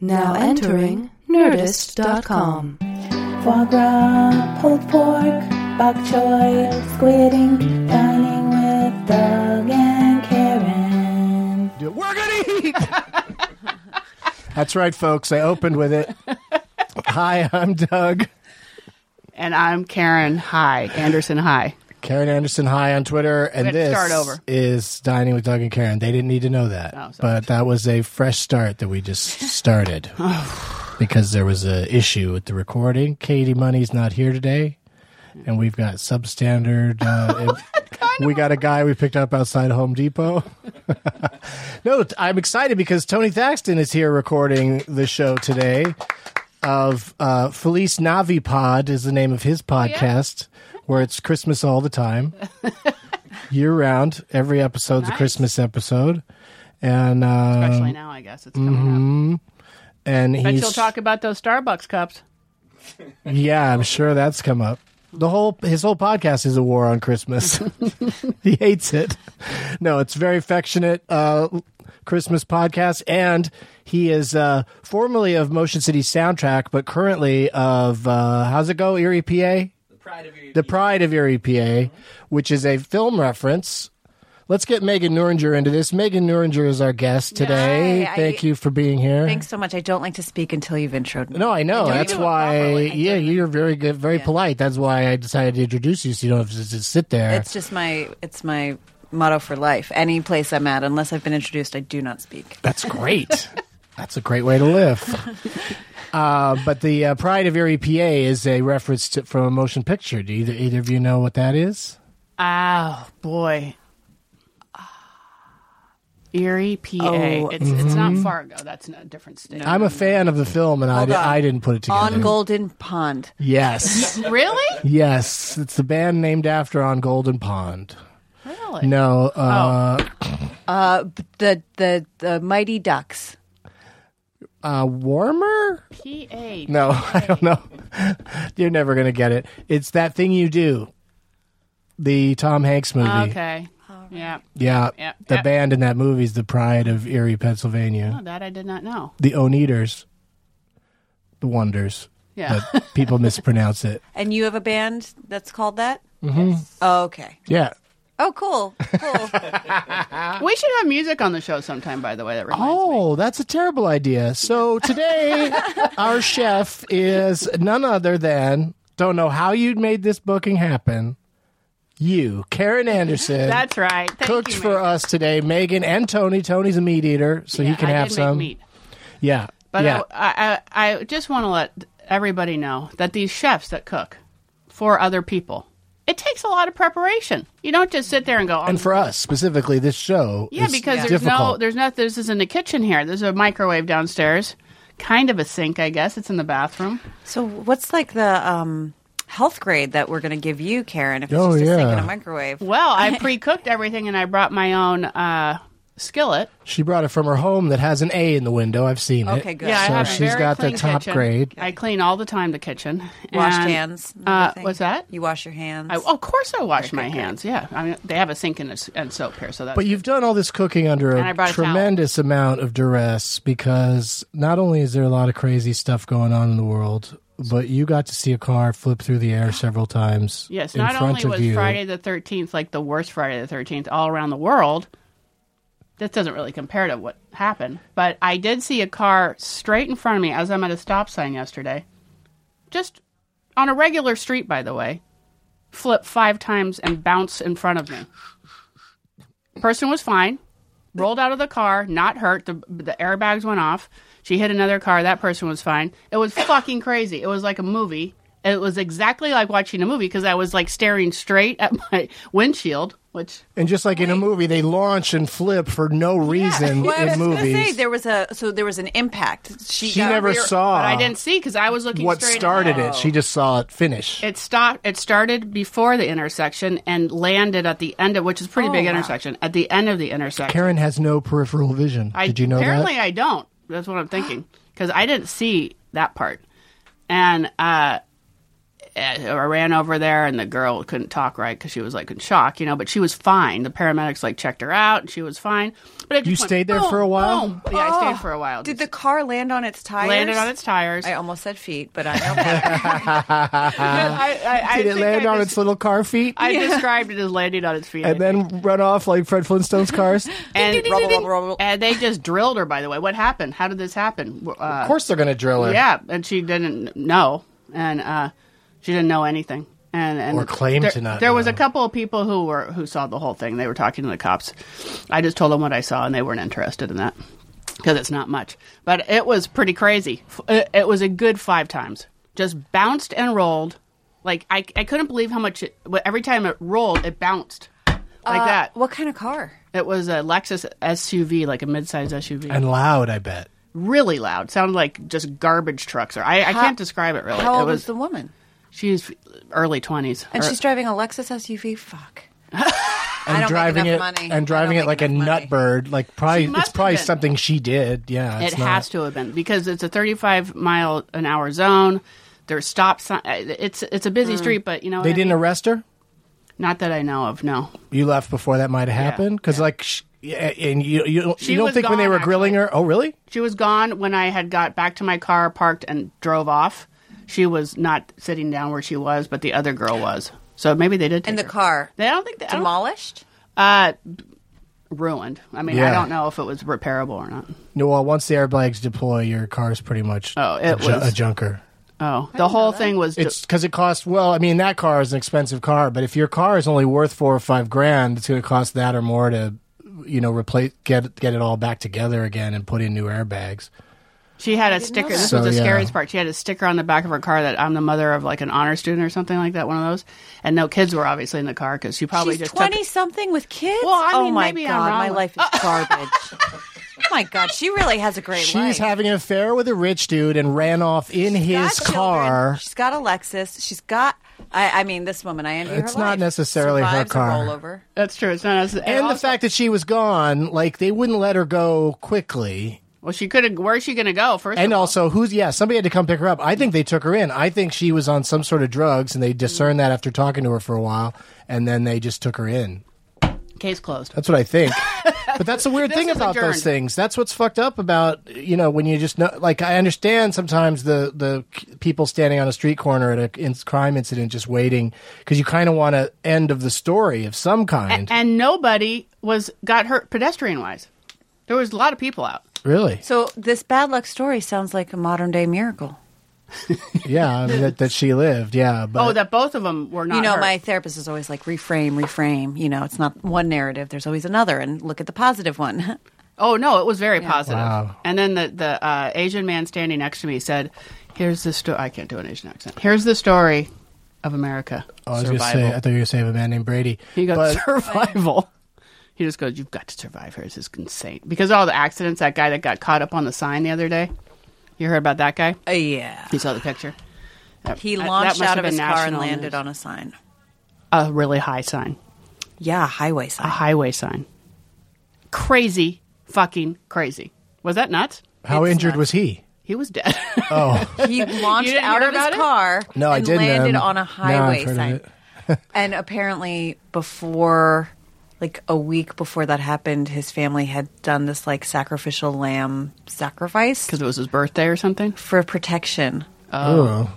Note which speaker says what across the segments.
Speaker 1: Now entering Nerdist.com.
Speaker 2: Foie gras, pulled pork, bok choy, squid ink, dining with Doug and Karen.
Speaker 3: We're gonna eat. That's right, folks. I opened with it. Hi, I'm Doug.
Speaker 4: And I'm Karen High, Anderson High.
Speaker 3: Karen Anderson. Hi on Twitter, and
Speaker 4: had to
Speaker 3: this
Speaker 4: start over.
Speaker 3: is dining with Doug and Karen. They didn't need to know that,
Speaker 4: Oh, sorry.
Speaker 3: but that was a fresh start that we just started
Speaker 4: Oh.
Speaker 3: because there was a issue with the recording. Katie Money's not here today, and we've got substandard. Uh, we got a guy we picked up outside Home Depot. no, t- I'm excited because Tony Thaxton is here recording the show today. Of uh, Felice Navi Pod is the name of his
Speaker 4: Oh,
Speaker 3: podcast, where it's Christmas all the time year round. Every episode's a
Speaker 4: Nice.
Speaker 3: Christmas episode, and
Speaker 4: Especially
Speaker 3: uh,
Speaker 4: now, I guess it's
Speaker 3: mm-hmm.
Speaker 4: coming up.
Speaker 3: and
Speaker 4: Bet
Speaker 3: he's
Speaker 4: you'll talk about those Starbucks cups.
Speaker 3: yeah, I'm sure that's come up. The whole his whole podcast is a war on Christmas. he hates it. No, it's very affectionate uh, Christmas podcast, and he is uh, formerly of Motion City Soundtrack, but currently of uh, how's it go Erie PA. The Pride of Erie, Mm-hmm. PA, which is a film reference. Let's get Megan Nuringer into this. Megan Nuringer is our guest today.
Speaker 5: Hi, I-
Speaker 3: Thank you for being here.
Speaker 5: Thanks so much. I don't like to speak until you've introed me.
Speaker 3: No, I know.
Speaker 5: don't
Speaker 3: That's
Speaker 5: do it
Speaker 3: why.
Speaker 5: properly. I
Speaker 3: yeah,
Speaker 5: don't.
Speaker 3: you're very good, very
Speaker 5: Yeah.
Speaker 3: polite. That's why I decided to introduce you, so you don't have to just sit there.
Speaker 5: It's just my it's my motto for life. Any place I'm at, unless I've been introduced, I do not speak.
Speaker 3: That's great. That's a great way to live. Uh, but the uh, Pride of Erie, PA, is a reference to, from a motion picture. Do either, either of you know what that is?
Speaker 4: Oh boy, Ah. Erie, PA.
Speaker 5: Oh,
Speaker 4: it's it's not Fargo. That's in a different state.
Speaker 3: I'm a fan of the film, and I,
Speaker 5: Hold
Speaker 3: di-
Speaker 5: on.
Speaker 3: I didn't put it together.
Speaker 5: On Golden Pond.
Speaker 3: Yes,
Speaker 4: really,
Speaker 3: yes. It's the band named after On Golden Pond.
Speaker 4: really.
Speaker 3: No, uh,
Speaker 5: Uh, b- the the the Mighty Ducks. Oh.
Speaker 3: uh, warmer.
Speaker 4: PA.
Speaker 3: No, I don't know. You're never gonna get it. It's that thing you do. The Tom Hanks movie.
Speaker 4: Oh, Okay. Yeah.
Speaker 3: Yeah.
Speaker 4: Yeah,
Speaker 3: The
Speaker 4: yeah.
Speaker 3: band in that movie is the Pride of Erie, Pennsylvania.
Speaker 4: Oh, that I did not know.
Speaker 3: The Oneaters. The Wonders.
Speaker 4: Yeah.
Speaker 3: But people mispronounce it.
Speaker 5: And you have a band that's called that?
Speaker 3: Mm-hmm.
Speaker 5: Yes. Oh, okay.
Speaker 3: Yeah.
Speaker 5: Oh, cool. Cool.
Speaker 4: we should have music on the show sometime. By the way, that reminds me.
Speaker 3: Oh, that's a terrible idea. So today, our chef is none other than, don't know how you made this booking happen, you, Karen Anderson.
Speaker 4: That's right. Thank
Speaker 3: cooked
Speaker 4: you,
Speaker 3: for
Speaker 4: Megan.
Speaker 3: us today. Megan and Tony. Tony's a meat eater, so
Speaker 4: Yeah,
Speaker 3: he can
Speaker 4: I
Speaker 3: have
Speaker 4: did
Speaker 3: some.
Speaker 4: Make meat.
Speaker 3: Yeah,
Speaker 4: But uh, um,
Speaker 3: yeah.
Speaker 4: I, I, I just want to let everybody know that these chefs that cook for other people, it takes a lot of preparation. You don't just sit there and go. Oh,
Speaker 3: and for us specifically, this show.
Speaker 4: yeah,
Speaker 3: is
Speaker 4: because there's no,
Speaker 3: difficult.
Speaker 4: there's not. This is in the kitchen here. There's a microwave downstairs, kind of a sink, I guess. It's in the bathroom.
Speaker 5: so what's like the um health grade that we're gonna give you, Karen, if it's
Speaker 3: Oh,
Speaker 5: just a sink
Speaker 3: yeah.
Speaker 5: and a microwave?
Speaker 4: Well, I pre-cooked everything, and I brought my own uh, skillet.
Speaker 3: she brought it from her home that has an A in the window. I've seen it.
Speaker 5: Okay, good.
Speaker 4: Yeah,
Speaker 3: So
Speaker 4: I have a
Speaker 3: she's
Speaker 4: very
Speaker 3: got the
Speaker 4: clean
Speaker 3: top
Speaker 4: kitchen.
Speaker 3: grade.
Speaker 4: I clean all the time the kitchen.
Speaker 5: Washed
Speaker 4: And,
Speaker 5: hands. and
Speaker 4: Uh,
Speaker 5: everything?
Speaker 4: what's that?
Speaker 5: You wash your hands.
Speaker 4: I, oh, of course, I wash my
Speaker 5: good.
Speaker 4: hands. Yeah, I mean, they have a sink and, a s and soap here, so that's
Speaker 3: But you've done all this cooking under
Speaker 4: And I
Speaker 3: a
Speaker 4: brought a towel.
Speaker 3: tremendous amount of duress because not only is there a lot of crazy stuff going on in the world, but you got to see a car flip through the air several times
Speaker 4: Yes,
Speaker 3: in
Speaker 4: not
Speaker 3: front
Speaker 4: only
Speaker 3: of
Speaker 4: was
Speaker 3: you.
Speaker 4: Friday the 13th like the worst Friday the 13th all around the world, this doesn't really compare to what happened, but I did see a car straight in front of me as I'm at a stop sign yesterday, just on a regular street, by the way, flip five times and bounce in front of me. Person was fine, rolled out of the car, not hurt. The, the airbags went off. She hit another car. That person was fine. It was fucking crazy. It was like a movie. It was exactly like watching a movie because I was like staring straight at my windshield, which
Speaker 3: And just like in a movie, they launch and flip for no reason
Speaker 5: Well, I was
Speaker 3: in
Speaker 5: gonna
Speaker 3: movies.
Speaker 5: say there was a so there was an impact. She,
Speaker 3: she
Speaker 5: got
Speaker 3: never
Speaker 5: rear-
Speaker 3: saw
Speaker 4: but I didn't see because I was looking
Speaker 3: what
Speaker 4: straight
Speaker 3: started
Speaker 4: ahead.
Speaker 3: it. She just saw it finish.
Speaker 4: It stopped. It started before the intersection and landed at the end of, which is a pretty
Speaker 3: Oh,
Speaker 4: big intersection. At the end of the intersection,
Speaker 3: Karen has no peripheral vision.
Speaker 4: I,
Speaker 3: Did you know
Speaker 4: apparently
Speaker 3: that?
Speaker 4: I don't. That's what I'm thinking because I didn't see that part, and uh, eh, I ran over there, and the girl couldn't talk right because she was like in shock, you know. But she was fine. The paramedics like checked her out, and she was fine. But it
Speaker 3: You
Speaker 4: just went
Speaker 3: stayed there for a while?
Speaker 4: boom. Yeah, I stayed for a while.
Speaker 5: Ah, Did the
Speaker 4: Just
Speaker 5: car land on its tires?
Speaker 4: landed on its tires?
Speaker 5: I almost said feet, but I know better.
Speaker 4: I, I, I
Speaker 3: Uh, Did it
Speaker 4: think
Speaker 3: land
Speaker 4: I
Speaker 3: on
Speaker 4: just-
Speaker 3: its little car feet
Speaker 4: I described it as landing on its feet, I
Speaker 3: and then run off like Fred Flintstone's cars?
Speaker 4: and,
Speaker 5: ding, ding, ding, ding. Rubble, rubble, rubble.
Speaker 4: and they just drilled her. By the way, what happened? How did this happen?
Speaker 3: of
Speaker 4: Uh,
Speaker 3: course they're going to drill her.
Speaker 4: yeah, and she didn't know, and uh, she didn't know anything, and, and
Speaker 3: Or claimed
Speaker 4: there,
Speaker 3: to not
Speaker 4: There was a
Speaker 3: know.
Speaker 4: couple of people who were who saw the whole thing. They were talking to the cops. I just told them what I saw, and they weren't interested in that because it's not much. But it was pretty crazy. F- It, it was a good five times, just bounced and rolled. Like I, I couldn't believe how much it, every time it rolled, it bounced like that.
Speaker 5: what kind of car?
Speaker 4: It was a Lexus SUV, like a midsize SUV.
Speaker 3: And loud, I bet.
Speaker 4: really loud. Sounded like just garbage trucks. Or I, I can't describe it really.
Speaker 5: How
Speaker 4: it
Speaker 5: old was the woman?
Speaker 4: she's early twenties. Er,
Speaker 5: And she's driving a Lexus SUV. Fuck.
Speaker 3: And
Speaker 5: I don't
Speaker 3: driving
Speaker 5: make
Speaker 3: it
Speaker 5: enough money. I
Speaker 3: and driving
Speaker 5: don't
Speaker 3: it
Speaker 5: make
Speaker 3: like a
Speaker 5: enough money.
Speaker 3: nutbird. Like probably
Speaker 4: She must
Speaker 3: it's probably
Speaker 4: have been.
Speaker 3: something she did. Yeah,
Speaker 4: it
Speaker 3: it's not-
Speaker 4: has to have been because it's a thirty-five mile an hour zone. There's stop sign. It's it's a
Speaker 5: Mm.
Speaker 4: busy street, but you know what
Speaker 3: They
Speaker 4: I
Speaker 3: didn't
Speaker 4: mean?
Speaker 3: arrest her.
Speaker 4: Not that I know of. No,
Speaker 3: You left before that might have
Speaker 4: Yeah,
Speaker 3: happened because like sh- yeah, and you you don't,
Speaker 4: She
Speaker 3: you don't
Speaker 4: was
Speaker 3: think when they
Speaker 4: gone,
Speaker 3: were grilling her. Oh really?
Speaker 4: she was gone when I had got back to my car, parked, and drove off. She was not sitting down where she was, but the other girl was. So maybe they did. Take
Speaker 5: In the
Speaker 4: her.
Speaker 5: car.
Speaker 4: They I don't think they, I don't-
Speaker 5: Demolished?
Speaker 4: Uh, b- ruined. I mean, I
Speaker 3: Yeah.
Speaker 4: don't know if it was repairable or not.
Speaker 3: No. Well, once the airbags deploy, your car's pretty much
Speaker 4: Oh, it
Speaker 3: a, ju-
Speaker 4: was-
Speaker 3: a junker.
Speaker 4: Oh, the whole thing was.
Speaker 3: It's because it costs. Well, I mean that car is an expensive car, but if your car is only worth four or five grand, it's going to cost that or more to, you know, replace get get it all back together again and put in new airbags.
Speaker 4: she had a sticker. This
Speaker 3: So,
Speaker 4: was the
Speaker 3: yeah.
Speaker 4: scariest part. She had a sticker on the back of her car that I'm the mother of like an honor student or something like that. One of those, and no kids were obviously in the car because she probably
Speaker 5: She's
Speaker 4: just
Speaker 5: twenty
Speaker 4: Took,
Speaker 5: something with kids.
Speaker 4: Well, I
Speaker 5: oh
Speaker 4: mean,
Speaker 5: my
Speaker 4: maybe I'm
Speaker 5: god,
Speaker 4: wrong
Speaker 5: my
Speaker 4: with-
Speaker 5: life is garbage. oh my god, she really has a great
Speaker 3: She's
Speaker 5: life.
Speaker 3: having an affair with a rich dude and ran off in
Speaker 5: Got
Speaker 3: his
Speaker 5: children.
Speaker 3: car.
Speaker 5: She's got a Lexus. She's got. I, I mean, this woman. I envy her.
Speaker 3: It's not
Speaker 5: life.
Speaker 3: necessarily her
Speaker 5: Survives a
Speaker 3: car.
Speaker 5: rollover.
Speaker 4: that's true. It's not. And,
Speaker 3: And the
Speaker 4: also-
Speaker 3: fact that she was gone, like they wouldn't let her go quickly.
Speaker 4: well, she could. have Where's she going to go first?
Speaker 3: And
Speaker 4: of all?
Speaker 3: also, who's yeah? Somebody had to come pick her up. I think they took her in. I think she was on some sort of drugs, and they discerned that after talking to her for a while, and then they just took her in.
Speaker 4: case closed.
Speaker 3: That's what I think. but that's the weird
Speaker 4: This
Speaker 3: thing
Speaker 4: is
Speaker 3: about
Speaker 4: adjourned.
Speaker 3: those things. That's what's fucked up about you know when you just know. Like I understand sometimes the the c- people standing on a street corner at a in- crime incident just waiting because you kind of want an end of the story of some kind.
Speaker 4: And nobody was got hurt pedestrian wise. There was a lot of people out.
Speaker 3: really?
Speaker 5: So this bad luck story sounds like a modern day miracle.
Speaker 3: Yeah, I mean, that, that she lived. Yeah, but
Speaker 4: Oh, that both of them were not.
Speaker 5: you know,
Speaker 4: hurt.
Speaker 5: my therapist is always like reframe, reframe. You know, it's not one narrative. There's always another, and look at the positive one.
Speaker 4: Oh no, it was very positive.
Speaker 3: Wow.
Speaker 4: And then the the uh, Asian man standing next to me said, "Here's the story. I can't do an Asian accent. Here's the story of America
Speaker 3: Oh, I was going to
Speaker 4: survival."
Speaker 3: say, I thought you were going to say of a man named Brady.
Speaker 4: he goes
Speaker 3: but
Speaker 4: survival. He just goes, "You've got to survive here. This is insane." Because all the accidents, that guy that got caught up on the sign the other day, you heard about that guy?
Speaker 5: Uh, yeah.
Speaker 4: You saw the picture. That-
Speaker 5: He
Speaker 4: that- that
Speaker 5: launched
Speaker 4: must
Speaker 5: out
Speaker 4: have
Speaker 5: of
Speaker 4: been
Speaker 5: his car and
Speaker 4: national
Speaker 5: landed
Speaker 4: news.
Speaker 5: on a sign.
Speaker 4: a really high sign.
Speaker 5: Yeah, highway
Speaker 4: a
Speaker 5: sign.
Speaker 3: Uh-huh.
Speaker 4: highway sign. Crazy, fucking crazy. Was that nuts?
Speaker 3: how injured was he?
Speaker 4: He was dead.
Speaker 5: He launched
Speaker 4: didn't
Speaker 5: out
Speaker 4: hear
Speaker 5: of his
Speaker 4: about it?
Speaker 5: car
Speaker 3: No, I
Speaker 5: and
Speaker 3: didn't.
Speaker 5: landed
Speaker 3: um,
Speaker 5: on
Speaker 3: now
Speaker 5: a
Speaker 3: I've
Speaker 5: highway
Speaker 3: heard of
Speaker 5: sign.
Speaker 3: it.
Speaker 5: and apparently, before, like a week before that happened, his family had done this like sacrificial lamb sacrifice
Speaker 4: Because it was his birthday or something.
Speaker 5: for protection.
Speaker 3: Oh,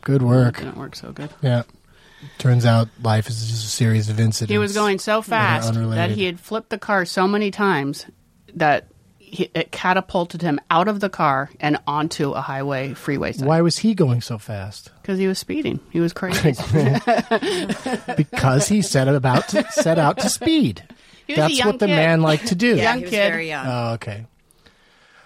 Speaker 3: good work.
Speaker 4: Didn't work so good.
Speaker 3: Yeah. Turns out life is just a series of incidents.
Speaker 4: He was going so fast that
Speaker 3: unrelated.
Speaker 4: he had flipped the car so many times that he, it catapulted him out of the car and onto a highway freeway sign.
Speaker 3: Why was he going so fast?
Speaker 4: Because he was speeding. He was crazy.
Speaker 3: Because he set about to, set out to speed.
Speaker 4: He was a
Speaker 3: That's
Speaker 4: young
Speaker 3: what the
Speaker 4: kid.
Speaker 3: man liked to do.
Speaker 5: Yeah,
Speaker 4: Young
Speaker 5: he was
Speaker 4: kid.
Speaker 5: very young.
Speaker 3: Oh, okay.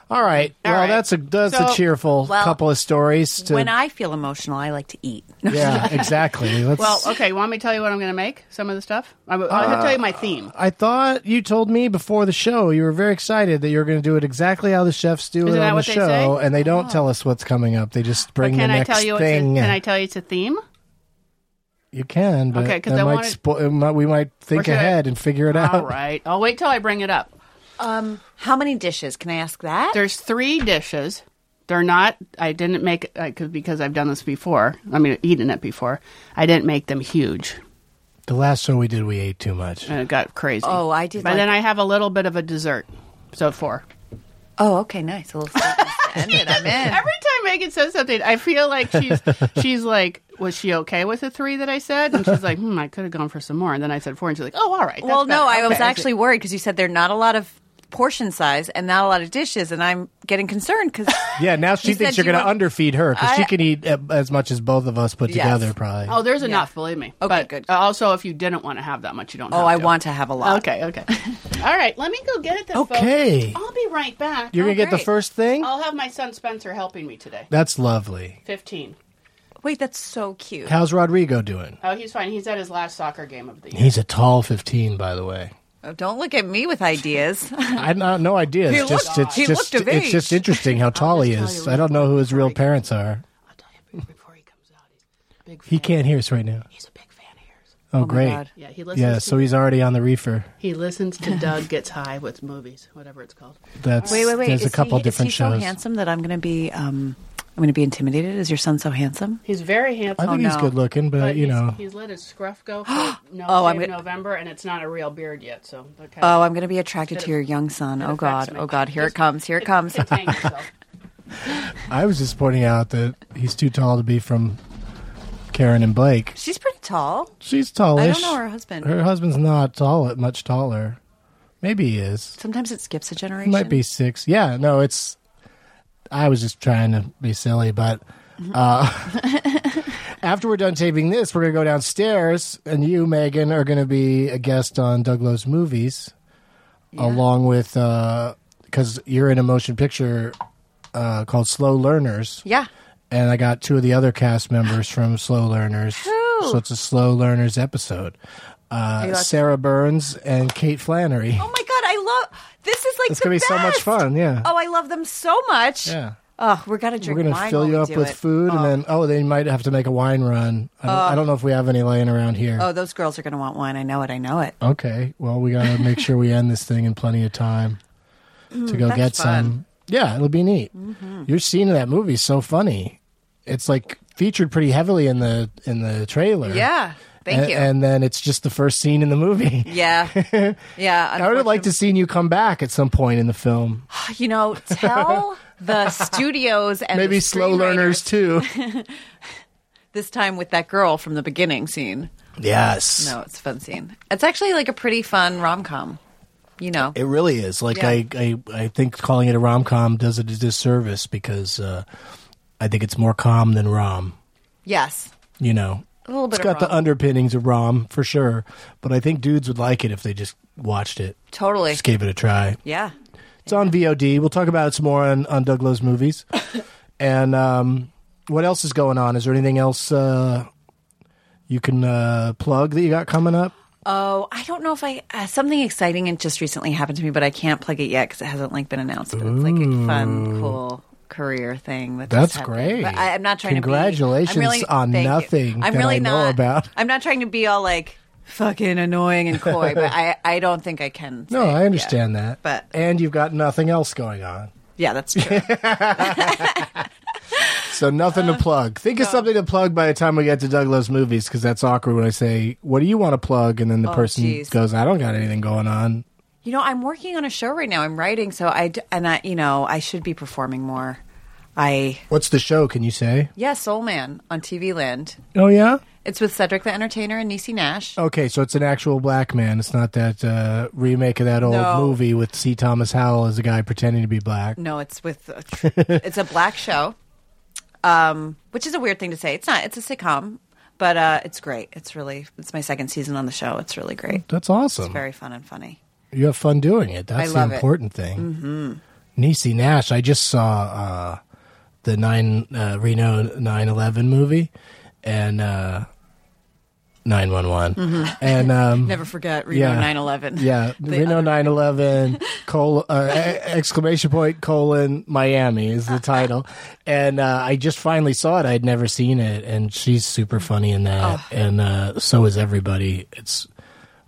Speaker 3: All right.
Speaker 4: All
Speaker 3: well,
Speaker 4: right.
Speaker 3: that's a that's a
Speaker 4: So-
Speaker 3: cheerful
Speaker 5: Well,
Speaker 3: couple of stories. To,
Speaker 5: when I feel emotional, I like to eat.
Speaker 3: yeah, exactly. Let's,
Speaker 4: well, okay. Want me to tell you what I'm going to make? Some of the stuff? I, am going to tell you my theme.
Speaker 3: I thought you told me before the show you were very excited that you were going to do it exactly how the chefs do
Speaker 4: Isn't
Speaker 3: it
Speaker 4: that
Speaker 3: on the
Speaker 4: what they
Speaker 3: show,
Speaker 4: say? Oh.
Speaker 3: and they don't tell us what's coming up. They just
Speaker 4: But
Speaker 3: bring
Speaker 4: can
Speaker 3: the
Speaker 4: I
Speaker 3: next
Speaker 4: tell you? It's a,
Speaker 3: thing.
Speaker 4: can I tell you it's a theme?
Speaker 3: you can, but
Speaker 4: Okay, 'cause
Speaker 3: that
Speaker 4: I
Speaker 3: might
Speaker 4: wanted-
Speaker 3: spo- it might- we might think
Speaker 4: should I-
Speaker 3: ahead and figure it out.
Speaker 4: All right. I'll wait till I bring it up.
Speaker 5: Um, How many dishes? Can I ask that?
Speaker 4: There's three dishes They're not. I didn't make I could because I've done this before. I mean, eaten it before. I didn't make them huge,
Speaker 3: The last one we did, we ate too much.
Speaker 4: and it got crazy.
Speaker 5: Oh, I did
Speaker 4: But
Speaker 5: like-
Speaker 4: then I have a little bit of a dessert. So four.
Speaker 5: Oh, okay, nice. A little steak to end it. I'm in.
Speaker 4: Every time Megan says something, I feel like she's she's like, was she okay with the three that I said? And she's like, hmm, I could have gone for some more. And then I said four, and she's like, oh, all right. that's
Speaker 5: well, no,
Speaker 4: better.
Speaker 5: I was
Speaker 4: Okay.
Speaker 5: actually worried because you said there are not a lot of portion size and not a lot of dishes, and I'm getting concerned because
Speaker 3: Yeah, now she
Speaker 5: You
Speaker 3: thinks
Speaker 5: said
Speaker 3: you're
Speaker 5: you
Speaker 3: going to
Speaker 5: were-
Speaker 3: underfeed her because she
Speaker 5: I-
Speaker 3: can eat a- as much as both of us put
Speaker 5: Yes.
Speaker 3: together, probably.
Speaker 4: Oh, there's enough. Believe me.
Speaker 5: Okay,
Speaker 4: but
Speaker 5: good.
Speaker 4: Also, if you didn't want to have that much, you don't.
Speaker 5: oh,
Speaker 4: have
Speaker 5: I
Speaker 4: to.
Speaker 5: want to have a lot.
Speaker 4: Okay, okay. All right, let me go get it. Then,
Speaker 3: Okay.
Speaker 4: folks. I'll be right back.
Speaker 3: you're
Speaker 5: oh,
Speaker 3: going to get the
Speaker 5: great.
Speaker 3: first thing?
Speaker 4: I'll have my son Spencer helping me today.
Speaker 3: That's lovely.
Speaker 4: Fifteen.
Speaker 5: Wait, that's so cute.
Speaker 3: How's Rodrigo doing?
Speaker 4: Oh, he's fine. He's at his last soccer game of the year.
Speaker 3: He's a tall 15, by the way.
Speaker 5: Oh, Don't look at me with ideas.
Speaker 3: I not no idea. It's
Speaker 5: He
Speaker 3: just
Speaker 5: looked-
Speaker 3: it's
Speaker 5: he
Speaker 3: just
Speaker 5: looked of
Speaker 3: it's
Speaker 5: age.
Speaker 3: just interesting how tall he is. I don't know who his real parents are.
Speaker 4: I'll tell you before he comes out. He's a big. Fan.
Speaker 3: He can't hear us right now.
Speaker 4: He's a big fan of yours.
Speaker 3: Oh,
Speaker 5: my
Speaker 3: great.
Speaker 5: God.
Speaker 4: Yeah, he listens.
Speaker 3: Yeah,
Speaker 4: to,
Speaker 3: so he's already on the reefer.
Speaker 4: he listens to Doug gets high with movies, whatever it's called.
Speaker 3: That's
Speaker 5: Wait, wait, wait.
Speaker 3: there's
Speaker 5: is
Speaker 3: a couple
Speaker 5: he,
Speaker 3: different
Speaker 5: is he
Speaker 3: shows.
Speaker 5: so handsome that I'm going to be um, I'm going to be intimidated? Is your son so handsome?
Speaker 4: He's very
Speaker 3: I
Speaker 4: handsome.
Speaker 3: think he's
Speaker 5: Oh, no.
Speaker 3: good looking, but,
Speaker 4: But
Speaker 3: you
Speaker 4: he's,
Speaker 3: know,
Speaker 4: he's let his scruff go for no,
Speaker 5: Oh, I'm
Speaker 4: shave
Speaker 5: gonna-
Speaker 4: November, and it's not a real beard yet. So that kind
Speaker 5: Oh,
Speaker 4: of-
Speaker 5: I'm going to be attracted to your young son. Oh
Speaker 4: affects
Speaker 5: God,
Speaker 4: me.
Speaker 5: oh God, here it
Speaker 4: Just-
Speaker 5: comes, here it comes.
Speaker 4: contain yourself.
Speaker 3: I was just pointing out that he's too tall to be from Karen and Blake.
Speaker 5: She's pretty tall.
Speaker 3: She's tallish.
Speaker 5: I don't know her husband.
Speaker 3: Her husband's not tall, much taller. Maybe he is.
Speaker 5: Sometimes it skips a generation.
Speaker 3: It might be six. Yeah, no, it's. I was just trying to be silly, but
Speaker 5: Mm-hmm.
Speaker 3: uh, after we're done taping this, we're gonna go downstairs, and you, Megan, are gonna be a guest on Doug Loves Movies, along with because you're in a motion picture uh, called Slow Learners.
Speaker 5: Yeah.
Speaker 3: And I got two of the other cast members from Slow Learners, so it's a Slow Learners episode. Uh,
Speaker 5: lost-
Speaker 3: Sarah Burns and Kate Flannery.
Speaker 5: Oh my God, I love this. Is like
Speaker 3: it's
Speaker 5: the
Speaker 3: gonna be so much
Speaker 5: best.
Speaker 3: fun. Yeah.
Speaker 5: Oh, I love them so much.
Speaker 3: Yeah.
Speaker 5: Oh, we're gonna drink.
Speaker 3: We're going to
Speaker 5: wine
Speaker 3: fill
Speaker 5: while
Speaker 3: you
Speaker 5: we
Speaker 3: up
Speaker 5: do
Speaker 3: with
Speaker 5: it.
Speaker 3: food, and then oh, they might have to make a wine run. I don't, I don't know if we have any laying around here.
Speaker 5: Oh, those girls are gonna want wine. I know it. I know it.
Speaker 3: Okay, well, we got to make sure we end this thing in plenty of time
Speaker 5: Mm,
Speaker 3: to go get some. Yeah, it'll be neat.
Speaker 5: Mm-hmm.
Speaker 3: Your scene in that movie is so funny. It's like featured pretty heavily in the in the trailer.
Speaker 5: Yeah. Thank
Speaker 3: and,
Speaker 5: you.
Speaker 3: And then it's just the first scene in the movie.
Speaker 5: yeah. Yeah.
Speaker 3: I would have liked to seen you come back at some point in the film.
Speaker 5: You know, tell the studios and
Speaker 3: Maybe
Speaker 5: the
Speaker 3: slow learners
Speaker 5: screenwriters
Speaker 3: too.
Speaker 5: This time with that girl from the beginning scene.
Speaker 3: yes.
Speaker 5: No, it's a fun scene. It's actually like a pretty fun rom com. You know.
Speaker 3: It really is. Like
Speaker 5: Yeah.
Speaker 3: I, I, I think calling it a rom com does it a disservice because uh, I think it's more calm than rom.
Speaker 5: yes.
Speaker 3: You know,
Speaker 5: A little bit
Speaker 3: it's
Speaker 5: of
Speaker 3: got the
Speaker 5: rom.
Speaker 3: underpinnings of rom for sure. But I think dudes would like it if they just watched it,
Speaker 5: Totally.
Speaker 3: just gave it a try.
Speaker 5: Yeah.
Speaker 3: It's on VOD. We'll talk about it some more on on Doug Love's movies. and um, what else is going on? Is there anything else uh, you can uh, plug that you got coming up?
Speaker 5: Oh, I don't know if I uh, something exciting and just recently happened to me, but I can't plug it yet because it hasn't like been announced. But it's like a fun, cool career thing. That
Speaker 3: That's
Speaker 5: just happened.
Speaker 3: great.
Speaker 5: But I, I'm not trying
Speaker 3: Congratulations
Speaker 5: to. be- I'm really-
Speaker 3: on
Speaker 5: thank you.
Speaker 3: nothing
Speaker 5: I'm
Speaker 3: that
Speaker 5: really
Speaker 3: I know
Speaker 5: not
Speaker 3: about.
Speaker 5: I'm not trying to be all like fucking annoying and coy, but I I don't think I can.
Speaker 3: No,
Speaker 5: say it
Speaker 3: I
Speaker 5: yet.
Speaker 3: understand that.
Speaker 5: But-
Speaker 3: and you've got nothing else going on.
Speaker 5: Yeah, that's true.
Speaker 3: So nothing to plug. Think of something to plug by the time we get to Douglas movies, because that's awkward when I say, "What do you want to plug?" and then the person
Speaker 5: geez.
Speaker 3: goes, "I don't got anything going on."
Speaker 5: you know, I'm working on a show right now. I'm writing, so I d- and I you know I should be performing more. I
Speaker 3: What's the show? Can you say?
Speaker 5: yeah, Soul Man on TV Land.
Speaker 3: Oh yeah.
Speaker 5: It's with Cedric the Entertainer and Niecy Nash.
Speaker 3: Okay, so it's an actual black man. It's not that uh, remake of that old
Speaker 5: No.
Speaker 3: movie with C. Thomas Howell as a guy pretending to be black.
Speaker 5: No, it's with a tr- it's a black show, um, which is a weird thing to say. It's not. It's a sitcom, but uh, it's great. It's really. It's my second season on the show. It's really great.
Speaker 3: That's awesome.
Speaker 5: Very fun and funny.
Speaker 3: you have fun doing it. That's
Speaker 5: I love it.
Speaker 3: the important thing. Mm-hmm. Niecy Nash. I just saw uh, the nine uh, Reno nine eleven movie and nine one
Speaker 5: Mm-hmm.
Speaker 3: one and um,
Speaker 5: Never forget Reno
Speaker 3: Yeah.
Speaker 5: nine eleven.
Speaker 3: yeah Reno nine eleven colon uh, e- exclamation point colon Miami is the title and uh, I just finally saw it. I'd never seen it, and she's super funny in
Speaker 5: Oh.
Speaker 3: that, and uh, so is everybody. It's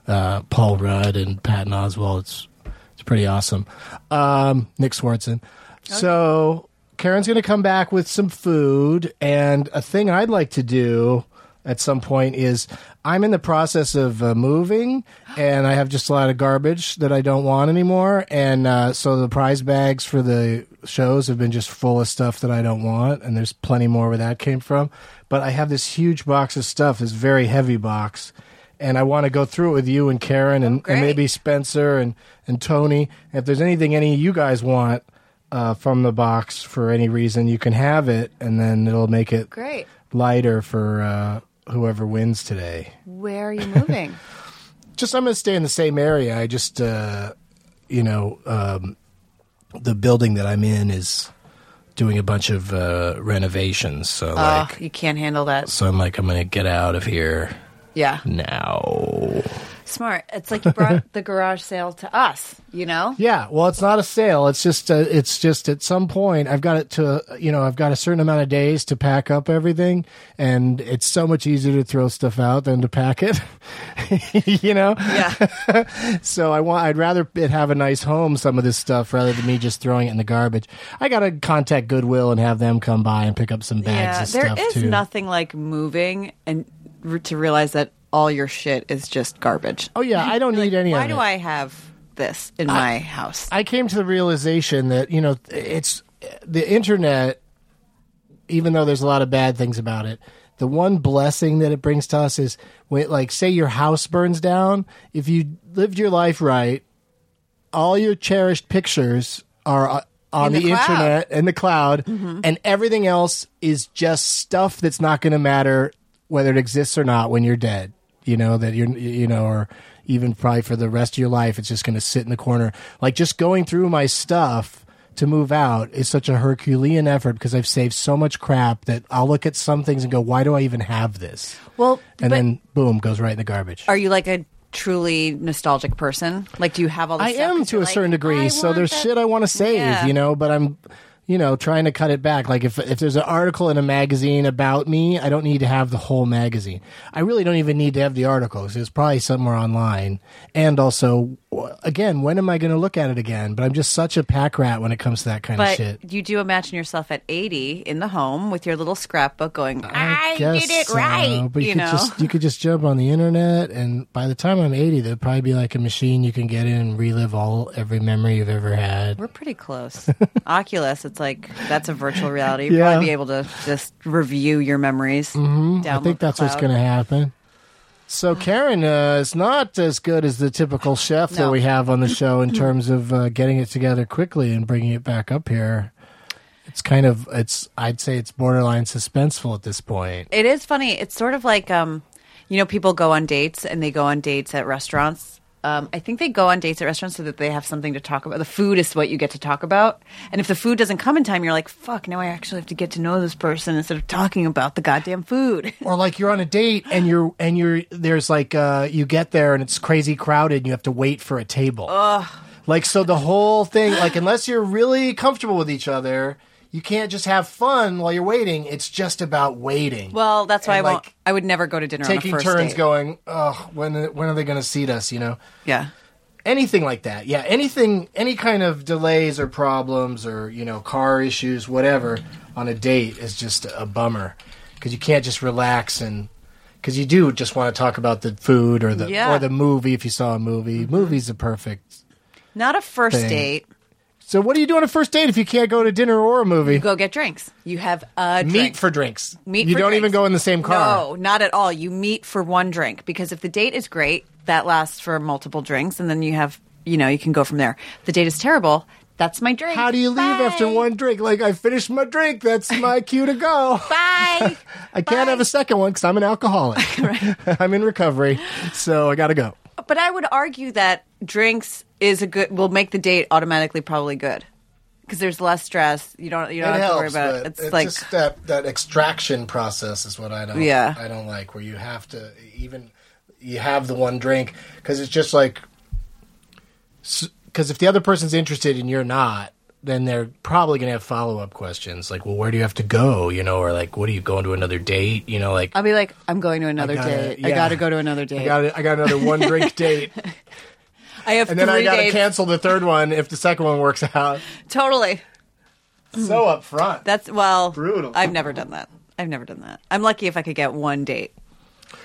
Speaker 3: uh, Paul Rudd and Patton Oswald. It's it's pretty awesome. Um, Nick Swartzen. So Karen's going to come back with some food. And a thing I'd like to do at some point is I'm in the process of uh, moving and I have just a lot of garbage that I don't want anymore. And uh, so the prize bags for the shows have been just full of stuff that I don't want. And there's plenty more where that came from. But I have this huge box of stuff, this very heavy box. And I want to go through it with you and Karen and, and
Speaker 5: Oh, great.
Speaker 3: maybe Spencer and, and Tony. If there's anything any of you guys want uh, from the box for any reason, you can have it, and then it'll make it
Speaker 5: Great.
Speaker 3: lighter for uh, whoever wins today.
Speaker 5: Where are you moving?
Speaker 3: Just I'm going to stay in the same area. I just, uh, you know, um, the building that I'm in is doing a bunch of uh, renovations, so
Speaker 5: oh,
Speaker 3: like,
Speaker 5: you can't handle that.
Speaker 3: so I'm like, I'm going to get out of here
Speaker 5: Yeah.
Speaker 3: now.
Speaker 5: Smart. It's like you brought the garage sale to us, you know?
Speaker 3: Yeah, well, it's not a sale. It's just uh it's just at some point I've got it to you know I've got a certain amount of days to pack up everything, and it's so much easier to throw stuff out than to pack it. you know,
Speaker 5: Yeah.
Speaker 3: so I want I'd rather it have a nice home. Some of this stuff rather than me just throwing it in the garbage. I got to contact Goodwill and have them come by and pick up some bags.
Speaker 5: yeah.
Speaker 3: of
Speaker 5: There
Speaker 3: stuff
Speaker 5: is
Speaker 3: too.
Speaker 5: nothing like moving and r- to realize that all your shit is just garbage.
Speaker 3: Oh yeah, I don't need any
Speaker 5: Why
Speaker 3: of
Speaker 5: do
Speaker 3: it.
Speaker 5: I have this in my house?
Speaker 3: I came to the realization that you know it's the internet. Even though there's a lot of bad things about it, the one blessing that it brings to us is when, like, say your house burns down. If you lived your life right, all your cherished pictures are uh, on
Speaker 5: In
Speaker 3: the,
Speaker 5: the cloud. Mm-hmm.
Speaker 3: internet and the cloud, and everything else is just stuff that's not going to matter whether it exists or not when you're dead. You know that you're, you know, or even probably for the rest of your life, it's just going to sit in the corner. Like just going through my stuff to move out is such a Herculean effort because I've saved so much crap that I'll look at some things and go, "Why do I even have this?"
Speaker 5: well, but
Speaker 3: and then boom, goes right in the garbage.
Speaker 5: are you like a truly nostalgic person? Like, do you have all this
Speaker 3: I
Speaker 5: stuff
Speaker 3: am
Speaker 5: 'cause
Speaker 3: to a
Speaker 5: you're like,
Speaker 3: certain degree.
Speaker 5: I
Speaker 3: so
Speaker 5: want
Speaker 3: there's
Speaker 5: that-
Speaker 3: shit I want to save,
Speaker 5: Yeah.
Speaker 3: you know, but I'm, you know, trying to cut it back. Like if if there's an article in a magazine about me, I don't need to have the whole magazine. I really don't even need to have the articles. It's probably somewhere online. And also, w- again, when am I going to look at it again? But I'm just such a pack rat when it comes to that kind of
Speaker 5: But
Speaker 3: shit.
Speaker 5: you do imagine yourself at 80 in the home with your little scrapbook going,
Speaker 3: Uh-huh.
Speaker 5: I,
Speaker 3: guess
Speaker 5: did it
Speaker 3: so,
Speaker 5: right.
Speaker 3: but you,
Speaker 5: you
Speaker 3: could
Speaker 5: know?
Speaker 3: just you could just jump on the internet, and by the time I'm 80, there'd probably be like a machine you can get in and relive all every memory you've ever had.
Speaker 5: "Ah, We're pretty close. Oculus, it's like that's a virtual reality. You'll
Speaker 3: Yeah.
Speaker 5: probably be able to just review your memories. Mm-hmm.
Speaker 3: I think that's what's going to happen. So Karen uh, is not as good as the typical chef that
Speaker 5: No.
Speaker 3: we have on the show in terms of uh, getting it together quickly and bringing it back up here. It's kind of it's I'd say it's borderline suspenseful at this point.
Speaker 5: It is funny. It's sort of like, um, you know, people go on dates and they go on dates at restaurants. Um, I think they go on dates at restaurants so that they have something to talk about. The food is what you get to talk about. And if the food doesn't come in time, you're like, fuck, now I actually have to get to know this person instead of talking about the goddamn food.
Speaker 3: Or like you're on a date and you're and you're there's like uh, you get there and it's crazy crowded and you have to wait for a table. Like so the whole thing like unless you're really comfortable with each other, you can't just have fun while you're waiting. It's just about waiting.
Speaker 5: Well, that's why
Speaker 3: And,
Speaker 5: I won't.
Speaker 3: like,
Speaker 5: I would never go to dinner
Speaker 3: taking
Speaker 5: on a first
Speaker 3: turns
Speaker 5: date.
Speaker 3: going, oh, when when are they going to seat us? You know,
Speaker 5: Yeah.
Speaker 3: anything like that. Yeah, anything, any kind of delays or problems or you know car issues, whatever, on a date is just a bummer because you can't just relax and because you do just want to talk about the food or the
Speaker 5: Yeah. Mm-hmm.
Speaker 3: or the movie if you saw a movie. Movies are perfect.
Speaker 5: Not a first
Speaker 3: Thing.
Speaker 5: date.
Speaker 3: So what do you do on a first date if you can't go to dinner or a movie?
Speaker 5: Go get drinks. You have a
Speaker 3: Meet
Speaker 5: drink.
Speaker 3: for drinks.
Speaker 5: Meet
Speaker 3: you
Speaker 5: for
Speaker 3: don't
Speaker 5: drinks.
Speaker 3: even go in the same car.
Speaker 5: No, not at all. You meet for one drink because if the date is great, that lasts for multiple drinks, and then you have, you know, you can go from there. The date is terrible. That's my drink.
Speaker 3: How do you leave after
Speaker 5: Bye.
Speaker 3: one drink? Like I finished my drink. That's my cue to go.
Speaker 5: Bye.
Speaker 3: I can't have a second one because I'm an alcoholic. I'm in recovery, so I got to go.
Speaker 5: but I would argue that drinks is a good will make the date automatically probably good because there's less stress. You don't you don't have to worry about it. It's like
Speaker 3: just that that extraction process is what I don't.
Speaker 5: Yeah.
Speaker 3: I don't like where you have to even you have the one drink because it's just like because if the other person's interested and you're not. Then they're probably going to have follow up questions like, well, where do you have to go? You know, or like, what are you going to another date? You know, like,
Speaker 5: I'll be like, I'm going to another date. I
Speaker 3: yeah.
Speaker 5: got to go to another date.
Speaker 3: I got, I got another one drink date.
Speaker 5: I have
Speaker 3: And then
Speaker 5: three
Speaker 3: I got to
Speaker 5: dates.
Speaker 3: cancel the third one if the second one works out.
Speaker 5: Totally.
Speaker 3: so
Speaker 5: Hmm.
Speaker 3: upfront.
Speaker 5: That's well
Speaker 3: Brutal.
Speaker 5: I've never done that. I've never done that. I'm lucky if I could get one date.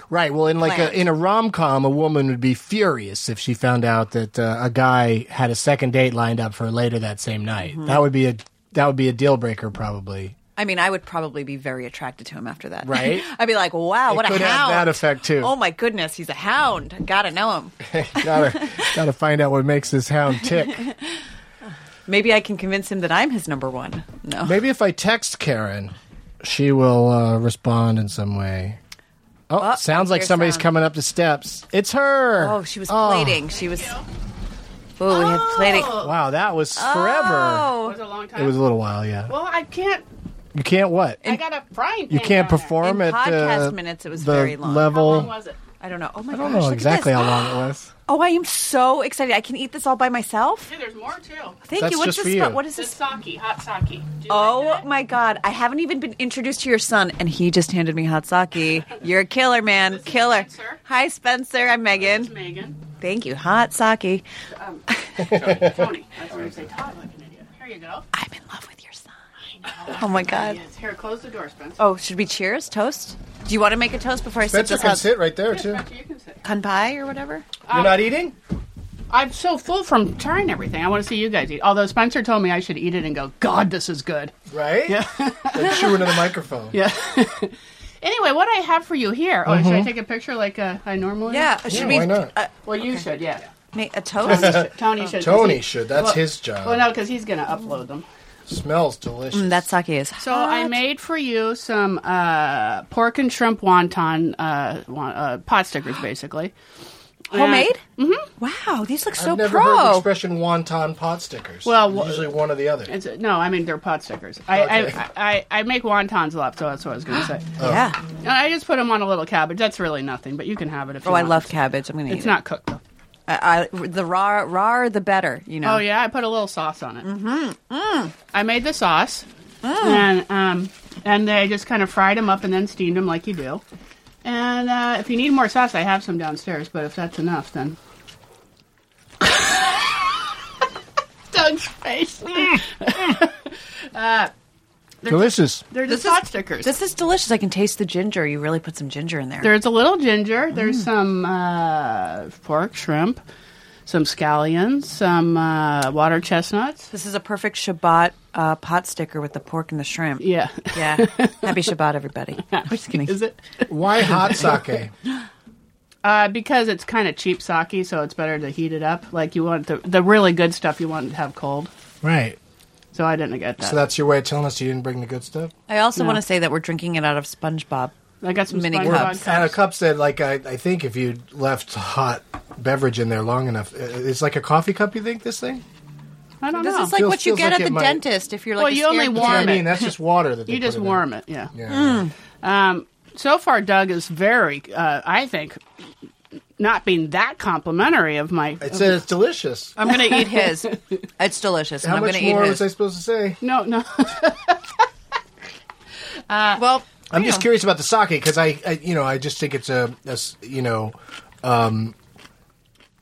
Speaker 3: Right. Well, in like a,
Speaker 5: Planned.
Speaker 3: in a rom com, a woman would be furious if she found out that uh, a guy had a second date lined up for later that same night.
Speaker 5: Mm-hmm.
Speaker 3: That would be a that would be a deal breaker, probably.
Speaker 5: I mean, I would probably be very attracted to him after that.
Speaker 3: Right.
Speaker 5: I'd be like, wow,
Speaker 3: It
Speaker 5: what
Speaker 3: could
Speaker 5: a
Speaker 3: have
Speaker 5: hound.
Speaker 3: that effect, too.
Speaker 5: Oh my goodness, he's a hound. Gotta know him.
Speaker 3: gotta gotta find out what makes this hound tick.
Speaker 5: Maybe I can convince him that I'm his number one. No.
Speaker 3: Maybe if I text Karen, she will uh, respond in some way. Oh,
Speaker 5: Oh,
Speaker 3: sounds like
Speaker 5: here's
Speaker 3: somebody's
Speaker 5: sound.
Speaker 3: coming up the steps. It's her.
Speaker 5: Oh, she was
Speaker 3: Oh,
Speaker 5: plating. She was. Oh, we had plating.
Speaker 3: Wow, that was forever.
Speaker 4: It
Speaker 5: Oh.
Speaker 4: was a long time.
Speaker 3: It was a little while, yeah.
Speaker 4: Well, I can't.
Speaker 3: You can't what?
Speaker 4: I got a frying pan.
Speaker 3: You can't
Speaker 4: down there.
Speaker 3: perform
Speaker 5: In
Speaker 3: at the
Speaker 5: podcast minutes, it was
Speaker 3: uh, the
Speaker 5: very long.
Speaker 4: How
Speaker 3: level.
Speaker 4: long was it?
Speaker 5: I don't know. Oh my
Speaker 3: I
Speaker 5: gosh,
Speaker 3: don't know
Speaker 5: look at
Speaker 3: exactly
Speaker 5: this.
Speaker 3: how long it was.
Speaker 5: Oh, I am so excited. I can eat this all by myself.
Speaker 4: Hey, there's more too.
Speaker 5: Thank
Speaker 3: That's
Speaker 5: you. What's
Speaker 3: just
Speaker 5: this?
Speaker 3: for
Speaker 5: about?
Speaker 3: you.
Speaker 5: What is
Speaker 4: This
Speaker 5: this?
Speaker 4: sake, hot sake. Do you
Speaker 5: Oh
Speaker 4: like that?
Speaker 5: my god! I haven't even been introduced to your son, and he just handed me hot sake. You're a killer, man, killer.
Speaker 4: Spencer.
Speaker 5: Hi, Spencer. I'm
Speaker 4: It's
Speaker 5: Megan.
Speaker 4: Megan.
Speaker 5: Thank you. Hot sake.
Speaker 4: Um, Tony. Tony. I was going to say Todd like an idiot. Here you go.
Speaker 5: I'm in love with your son. Oh my god.
Speaker 4: Yes. Here, close the door, Spencer.
Speaker 5: Oh, should we cheers? Toast? Do you want to make a toast before I sip this hot
Speaker 3: right there
Speaker 4: Yes, Spencer, you can sit.
Speaker 5: Kun pie or whatever?
Speaker 3: You're not eating?
Speaker 4: I'm so full from trying everything. I want to see you guys eat. Although Spencer told me I should eat it and go, God, this is good.
Speaker 3: Right? Yeah. They're chewing in the microphone.
Speaker 4: Yeah. anyway, what I have for you here. Oh, should I
Speaker 3: Mm-hmm.
Speaker 4: take a picture like uh, I normally? do?
Speaker 5: Yeah. Should
Speaker 3: Yeah,
Speaker 5: we
Speaker 3: why not?
Speaker 5: Uh,
Speaker 4: Well, you should. Yeah.
Speaker 5: make a toast?
Speaker 4: Tony should. 'cause he-
Speaker 3: should. That's
Speaker 4: well-
Speaker 3: his job.
Speaker 4: Well, no, because he's going to upload them.
Speaker 3: Smells delicious.
Speaker 5: Mm, that sake is.
Speaker 4: So I made for you some uh, pork and shrimp wonton uh, won- uh, pot stickers, basically.
Speaker 5: Homemade? Mm-hmm. Wow, these look so
Speaker 3: I've never
Speaker 5: pro.
Speaker 3: heard the expression wonton pot stickers.
Speaker 4: Well,
Speaker 3: It's
Speaker 4: wha-
Speaker 3: usually one or the other.
Speaker 4: It's, no, I mean they're pot stickers. I,
Speaker 3: Okay.
Speaker 4: I, I I make wontons a lot, so that's what I was going to say.
Speaker 5: Yeah.
Speaker 4: And I just put them on a little cabbage. That's really nothing, but you can have it if you
Speaker 5: Oh, I
Speaker 4: want.
Speaker 5: love cabbage. I'm gonna eat
Speaker 4: It's not cooked though.
Speaker 5: it. I, I, the raw, raw the better. You know.
Speaker 4: Oh yeah, I put a little sauce on it. Mm-hmm.
Speaker 5: Mm.
Speaker 4: I made the sauce, and um, and they just kind of fried them up and then steamed them like you do. And uh, if you need more sauce, I have some downstairs. But if that's enough, then. Doug's face. uh,
Speaker 3: Delicious.
Speaker 4: they're just
Speaker 5: This is-
Speaker 4: hot stickers.
Speaker 5: This is delicious. I can taste the ginger. You really put some ginger in there.
Speaker 4: There's a little ginger. There's
Speaker 5: Mm.
Speaker 4: some uh, pork, shrimp, some scallions, some uh, water chestnuts.
Speaker 5: this is a perfect Shabbat uh, pot sticker with the pork and the shrimp.
Speaker 4: Yeah.
Speaker 5: Yeah. Happy Shabbat, everybody. I'm just kidding.
Speaker 4: Is it?
Speaker 3: Why hot sake?
Speaker 4: Uh, because it's kind of cheap sake, so it's better to heat it up. Like you want the the really good stuff, you want to have cold.
Speaker 3: right.
Speaker 4: So I didn't get that.
Speaker 3: So that's your way of telling us you didn't bring the good stuff?
Speaker 5: I also
Speaker 4: No.
Speaker 5: want to say that we're drinking it out of SpongeBob.
Speaker 4: I got some
Speaker 5: Mini
Speaker 4: mini
Speaker 5: cups.
Speaker 4: cups.
Speaker 3: And a cup said, like, I, I think if you left hot beverage in there long enough, i- it's like a coffee cup, you think, this thing?
Speaker 4: I don't
Speaker 5: This
Speaker 4: know.
Speaker 5: is like
Speaker 3: Feels-
Speaker 5: what you
Speaker 3: feels
Speaker 5: get
Speaker 3: like
Speaker 5: at
Speaker 3: it
Speaker 5: the
Speaker 3: might-
Speaker 5: dentist if you're like.
Speaker 4: Well,
Speaker 5: a
Speaker 4: you only
Speaker 5: scared
Speaker 3: You know what
Speaker 4: Warm
Speaker 3: I
Speaker 4: it.
Speaker 3: mean, that's just water that they
Speaker 4: you
Speaker 3: put
Speaker 4: just
Speaker 3: in
Speaker 4: warm it, Mm. yeah.
Speaker 3: there. Yeah.
Speaker 4: Um, so far, Doug is very, uh, I think, not being that complimentary of my.
Speaker 3: It said it's delicious.
Speaker 5: I'm going to eat his. It's delicious. and
Speaker 3: How
Speaker 5: I'm
Speaker 3: much
Speaker 5: gonna eat
Speaker 3: more
Speaker 5: his.
Speaker 3: was I supposed to say?
Speaker 4: no, no.
Speaker 5: Well,
Speaker 3: I'm just curious about the sake because I, I, you know, I just think it's a, a s- you know, um,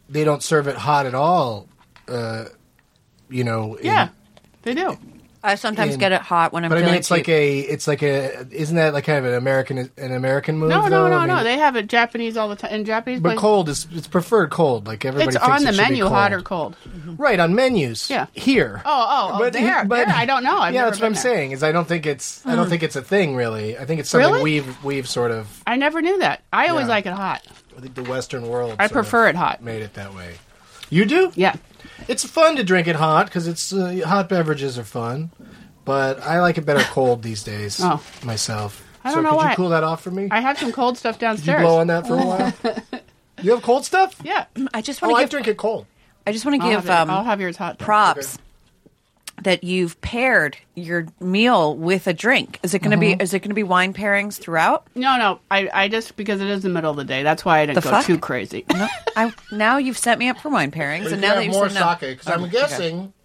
Speaker 3: they don't serve it hot at all. Uh, you know, in-
Speaker 4: yeah, they do.
Speaker 5: I sometimes
Speaker 3: in-
Speaker 5: get it hot when I'm
Speaker 3: But I
Speaker 5: feeling
Speaker 3: mean, it's like
Speaker 5: cheap.
Speaker 3: a, it's like a, isn't that like kind of an American, an American move?
Speaker 4: No,
Speaker 3: though?
Speaker 4: no, no,
Speaker 3: I
Speaker 4: no.
Speaker 3: mean,
Speaker 4: They have it Japanese all the time. In Japanese,
Speaker 3: but
Speaker 4: places-
Speaker 3: cold is it's preferred cold. Like everybody,
Speaker 4: it's
Speaker 3: thinks
Speaker 4: on
Speaker 3: it
Speaker 4: the
Speaker 3: should be
Speaker 4: menu,
Speaker 3: cold.
Speaker 4: hot or cold.
Speaker 3: Right on menus.
Speaker 4: Yeah.
Speaker 3: Here.
Speaker 4: Oh, oh, oh, there, there, I don't know. I've
Speaker 3: yeah,
Speaker 4: never
Speaker 3: that's what I'm
Speaker 4: been there. Hmm.
Speaker 3: saying. Is I don't think it's, I don't think it's a thing really. I think it's something
Speaker 4: Really?
Speaker 3: we've, we've sort of,
Speaker 4: I never knew that. I always
Speaker 3: Yeah.
Speaker 4: like it hot.
Speaker 3: I think the Western world. sort
Speaker 4: I
Speaker 3: of-
Speaker 4: prefer it hot.
Speaker 3: made it that way. You do?
Speaker 4: Yeah.
Speaker 3: It's fun to drink it hot because it's uh, hot beverages are fun, but I like it better cold these days.
Speaker 4: Oh.
Speaker 3: myself.
Speaker 4: I don't
Speaker 3: so
Speaker 4: know
Speaker 3: could
Speaker 4: why.
Speaker 3: you cool that off for me?
Speaker 4: I have some cold stuff
Speaker 3: Could you
Speaker 4: downstairs.
Speaker 3: blow on that for a while. you have cold stuff?
Speaker 4: Yeah.
Speaker 5: I just
Speaker 3: Oh,
Speaker 5: want
Speaker 3: I
Speaker 5: to give.
Speaker 3: drink it cold.
Speaker 5: I just want to
Speaker 4: I'll,
Speaker 5: give.
Speaker 4: have,
Speaker 5: um,
Speaker 4: it- I'll have yours hot. then.
Speaker 5: props that you've paired your meal with a drink. Is it going to
Speaker 3: Mm-hmm.
Speaker 5: be? Is it going to be wine pairings throughout?
Speaker 4: No, no. I, I just, because it is the middle of the day. That's why I didn't
Speaker 5: The
Speaker 4: go
Speaker 5: fuck?
Speaker 4: too crazy.
Speaker 5: I now you've set me up for wine pairings, and now that you've said no.
Speaker 3: because I'm
Speaker 5: Okay.
Speaker 3: guessing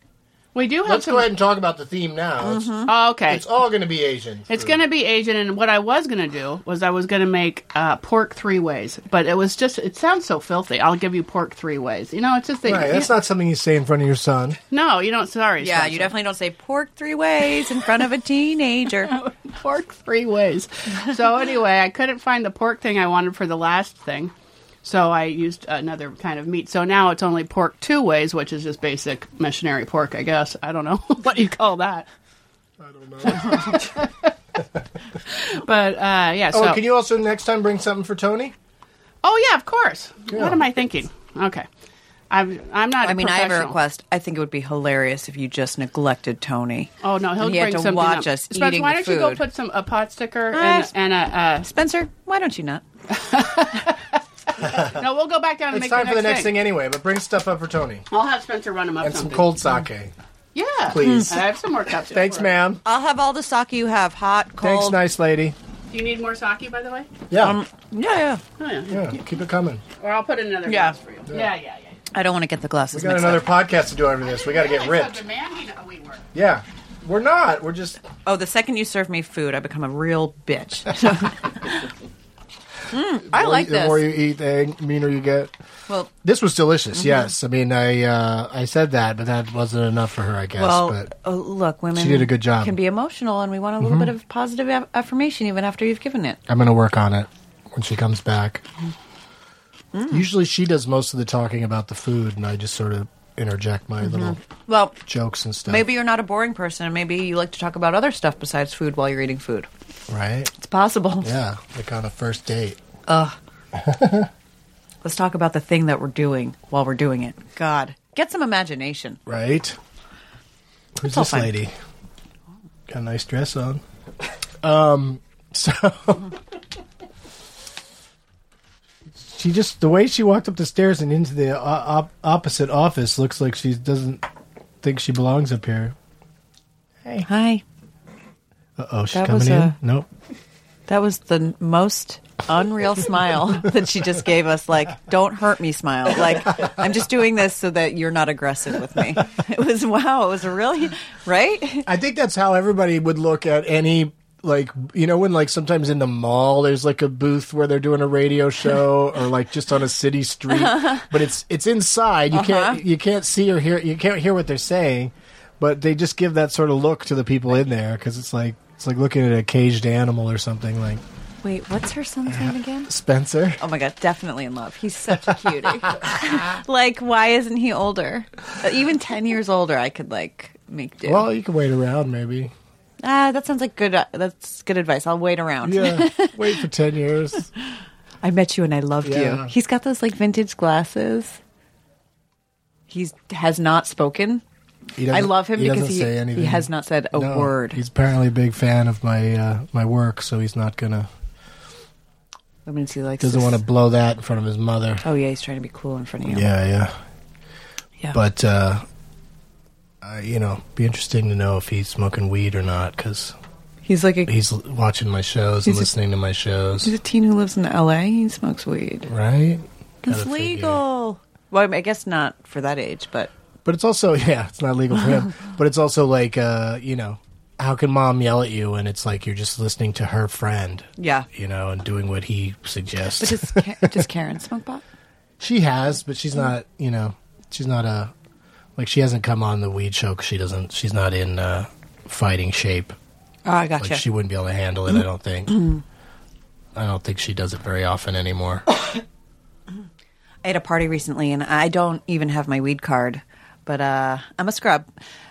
Speaker 4: We do have
Speaker 6: Let's
Speaker 4: some.
Speaker 6: go ahead and talk about the theme now. It's,
Speaker 4: Oh, okay.
Speaker 6: it's all going to be Asian.
Speaker 4: It's going to be Asian, and what I was going to do was I was going to make uh, pork three ways, but it was just, it sounds so filthy. I'll give you pork three ways. You know, it's just, that
Speaker 3: Right, that's not something you say in front of your son.
Speaker 4: no, you don't, sorry.
Speaker 5: Yeah,
Speaker 4: Spencer.
Speaker 5: you definitely don't say pork three ways in front of a teenager.
Speaker 4: pork three ways. So anyway, I couldn't find the pork thing I wanted for the last thing, so I used another kind of meat. So now it's only pork two ways, which is just basic missionary pork, I guess. I don't know what do you call that,
Speaker 6: I don't know.
Speaker 4: but uh, yeah.
Speaker 6: oh,
Speaker 4: so
Speaker 6: can you also next time bring something for Tony?
Speaker 4: oh yeah, of course.
Speaker 6: Yeah.
Speaker 4: What am I thinking? Okay, I'm I'm not.
Speaker 5: I mean, I have a
Speaker 4: professional.
Speaker 5: request. I think it would be hilarious if you just neglected Tony.
Speaker 4: Oh no, he'll
Speaker 5: And he had
Speaker 4: bring
Speaker 5: to
Speaker 4: something
Speaker 5: watch
Speaker 4: up.
Speaker 5: us
Speaker 4: Spence,
Speaker 5: eating
Speaker 4: why
Speaker 5: the
Speaker 4: don't you go
Speaker 5: food.
Speaker 4: put some a pot sticker
Speaker 5: Ah,
Speaker 4: and, and a
Speaker 5: Spencer, why don't you not?
Speaker 4: uh, no. We'll go back down and
Speaker 6: It's
Speaker 4: make
Speaker 6: time for the next thing.
Speaker 4: thing.
Speaker 6: anyway, but bring stuff up for Tony
Speaker 4: I'll have Spencer run him up
Speaker 6: and some
Speaker 4: something.
Speaker 6: cold sake.
Speaker 4: yeah,
Speaker 6: Please.
Speaker 4: I have some more cups.
Speaker 6: Thanks,
Speaker 4: Or-
Speaker 6: ma'am.
Speaker 5: I'll have all the sake you have, hot, cold.
Speaker 6: Thanks, nice lady.
Speaker 4: Do you need more sake, by the way?
Speaker 6: Yeah,
Speaker 5: Yeah, yeah.
Speaker 4: Oh, yeah.
Speaker 6: yeah. Keep it coming.
Speaker 4: Or I'll put another
Speaker 5: Yeah.
Speaker 4: glass for you. Yeah, yeah, yeah.
Speaker 5: I don't want to get the glasses
Speaker 6: We got
Speaker 5: mixed
Speaker 6: another
Speaker 5: up.
Speaker 6: podcast to do after this. We got to get
Speaker 4: It's so
Speaker 6: ripped.
Speaker 4: demanding that we work.
Speaker 6: Yeah, we're not. We're just.
Speaker 5: Oh, the second you serve me food, I become a real bitch. Mm, I
Speaker 6: the more
Speaker 5: like
Speaker 6: you- The more
Speaker 5: this.
Speaker 6: you eat, the meaner you get.
Speaker 5: Well,
Speaker 3: This was delicious. Yes, I mean, I uh, I said that, but that wasn't enough for her, I guess.
Speaker 5: well,
Speaker 3: but
Speaker 5: uh, look, women
Speaker 3: She did a good job. Mm-hmm.
Speaker 5: can be emotional, and we want a little bit of positive af- affirmation even after you've given it.
Speaker 3: I'm gonna work on it when she comes back.
Speaker 5: Mm.
Speaker 3: Usually, she does most of the talking about the food, and I just sort of interject my little
Speaker 5: Well,
Speaker 3: jokes and stuff.
Speaker 5: Mm-hmm. maybe you're not a boring person, and maybe you like to talk about other stuff besides food while you're eating food.
Speaker 3: right?
Speaker 5: It's possible.
Speaker 3: Yeah, like on a first date.
Speaker 5: Let's talk about the thing that we're doing while we're doing it. God, get some imagination.
Speaker 3: Right? Who's
Speaker 5: all
Speaker 3: this
Speaker 5: fine.
Speaker 3: lady? Got a nice dress on. Um, so she just the way she walked up the stairs and into the o- op- opposite office looks like she doesn't think she belongs up here.
Speaker 5: Hi.
Speaker 3: Uh oh, she's
Speaker 5: That
Speaker 3: coming
Speaker 5: was
Speaker 3: in.
Speaker 5: a-
Speaker 3: Nope.
Speaker 5: That was the n- most unreal smile that she just gave us. Like, don't hurt me smile. Like, I'm just doing this so that you're not aggressive with me. It was, wow, it was a really, right?
Speaker 3: I think that's how everybody would look at any like you know when like sometimes in the mall there's like a booth where they're doing a radio show or like just on a city street but it's it's inside you
Speaker 5: Uh-huh.
Speaker 3: can't you can't see or hear you can't hear what they're saying but they just give that sort of look to the people in there cuz it's like it's like looking at a caged animal or something like
Speaker 5: Wait, what's her son's name again?
Speaker 3: Spencer
Speaker 5: Oh my God, definitely in love. He's such a cutie. like, why isn't he older? Uh, Even 10 years older, I could, like, make do.
Speaker 3: well you can wait around maybe
Speaker 5: ah, that sounds like good, uh, that's good advice. I'll wait around.
Speaker 3: yeah wait for 10 years
Speaker 5: I met you and I loved
Speaker 3: Yeah.
Speaker 5: you. He's got those like vintage glasses. He's has not spoken.
Speaker 3: He
Speaker 5: I
Speaker 3: doesn't-
Speaker 5: love him
Speaker 3: he
Speaker 5: because
Speaker 3: doesn't
Speaker 5: he
Speaker 3: say anything.
Speaker 5: he has not said a
Speaker 3: No,
Speaker 5: word.
Speaker 3: He's apparently a big fan of my uh, my work, so he's not gonna
Speaker 5: I mean, he likes
Speaker 3: doesn't
Speaker 5: this-
Speaker 3: want to blow that in front of his mother.
Speaker 5: Oh yeah, he's trying to be cool in front of you.
Speaker 3: Yeah, yeah.
Speaker 5: Yeah.
Speaker 3: But uh, I, you know, be interesting to know if he's smoking weed or not because
Speaker 5: he's like a
Speaker 3: he's l- watching my shows and
Speaker 5: He's a-
Speaker 3: listening to my shows,
Speaker 5: he's a teen who lives in L.A. He smokes weed.
Speaker 3: right?
Speaker 5: It's
Speaker 3: Gotta figure.
Speaker 5: legal. Well, I, mean, I guess not for that age, but
Speaker 3: But it's also yeah, it's not legal for him. but it's also like uh, you know, how can mom yell at you and it's like you're just listening to her friend,
Speaker 5: yeah.
Speaker 3: you know, and doing what he suggests.
Speaker 5: But does, Ka- does Karen smoke pot?
Speaker 3: She has, but
Speaker 5: Mm.
Speaker 3: she's not. You know, she's not a like she hasn't come on the weed show because she doesn't. She's not in uh, fighting shape.
Speaker 5: Oh, I
Speaker 3: Like
Speaker 5: gotcha. Mm.
Speaker 3: she wouldn't be able to handle it. I don't think. I don't think she does it very often anymore.
Speaker 5: I had a party recently, and I don't even have my weed card, but uh, I'm a scrub,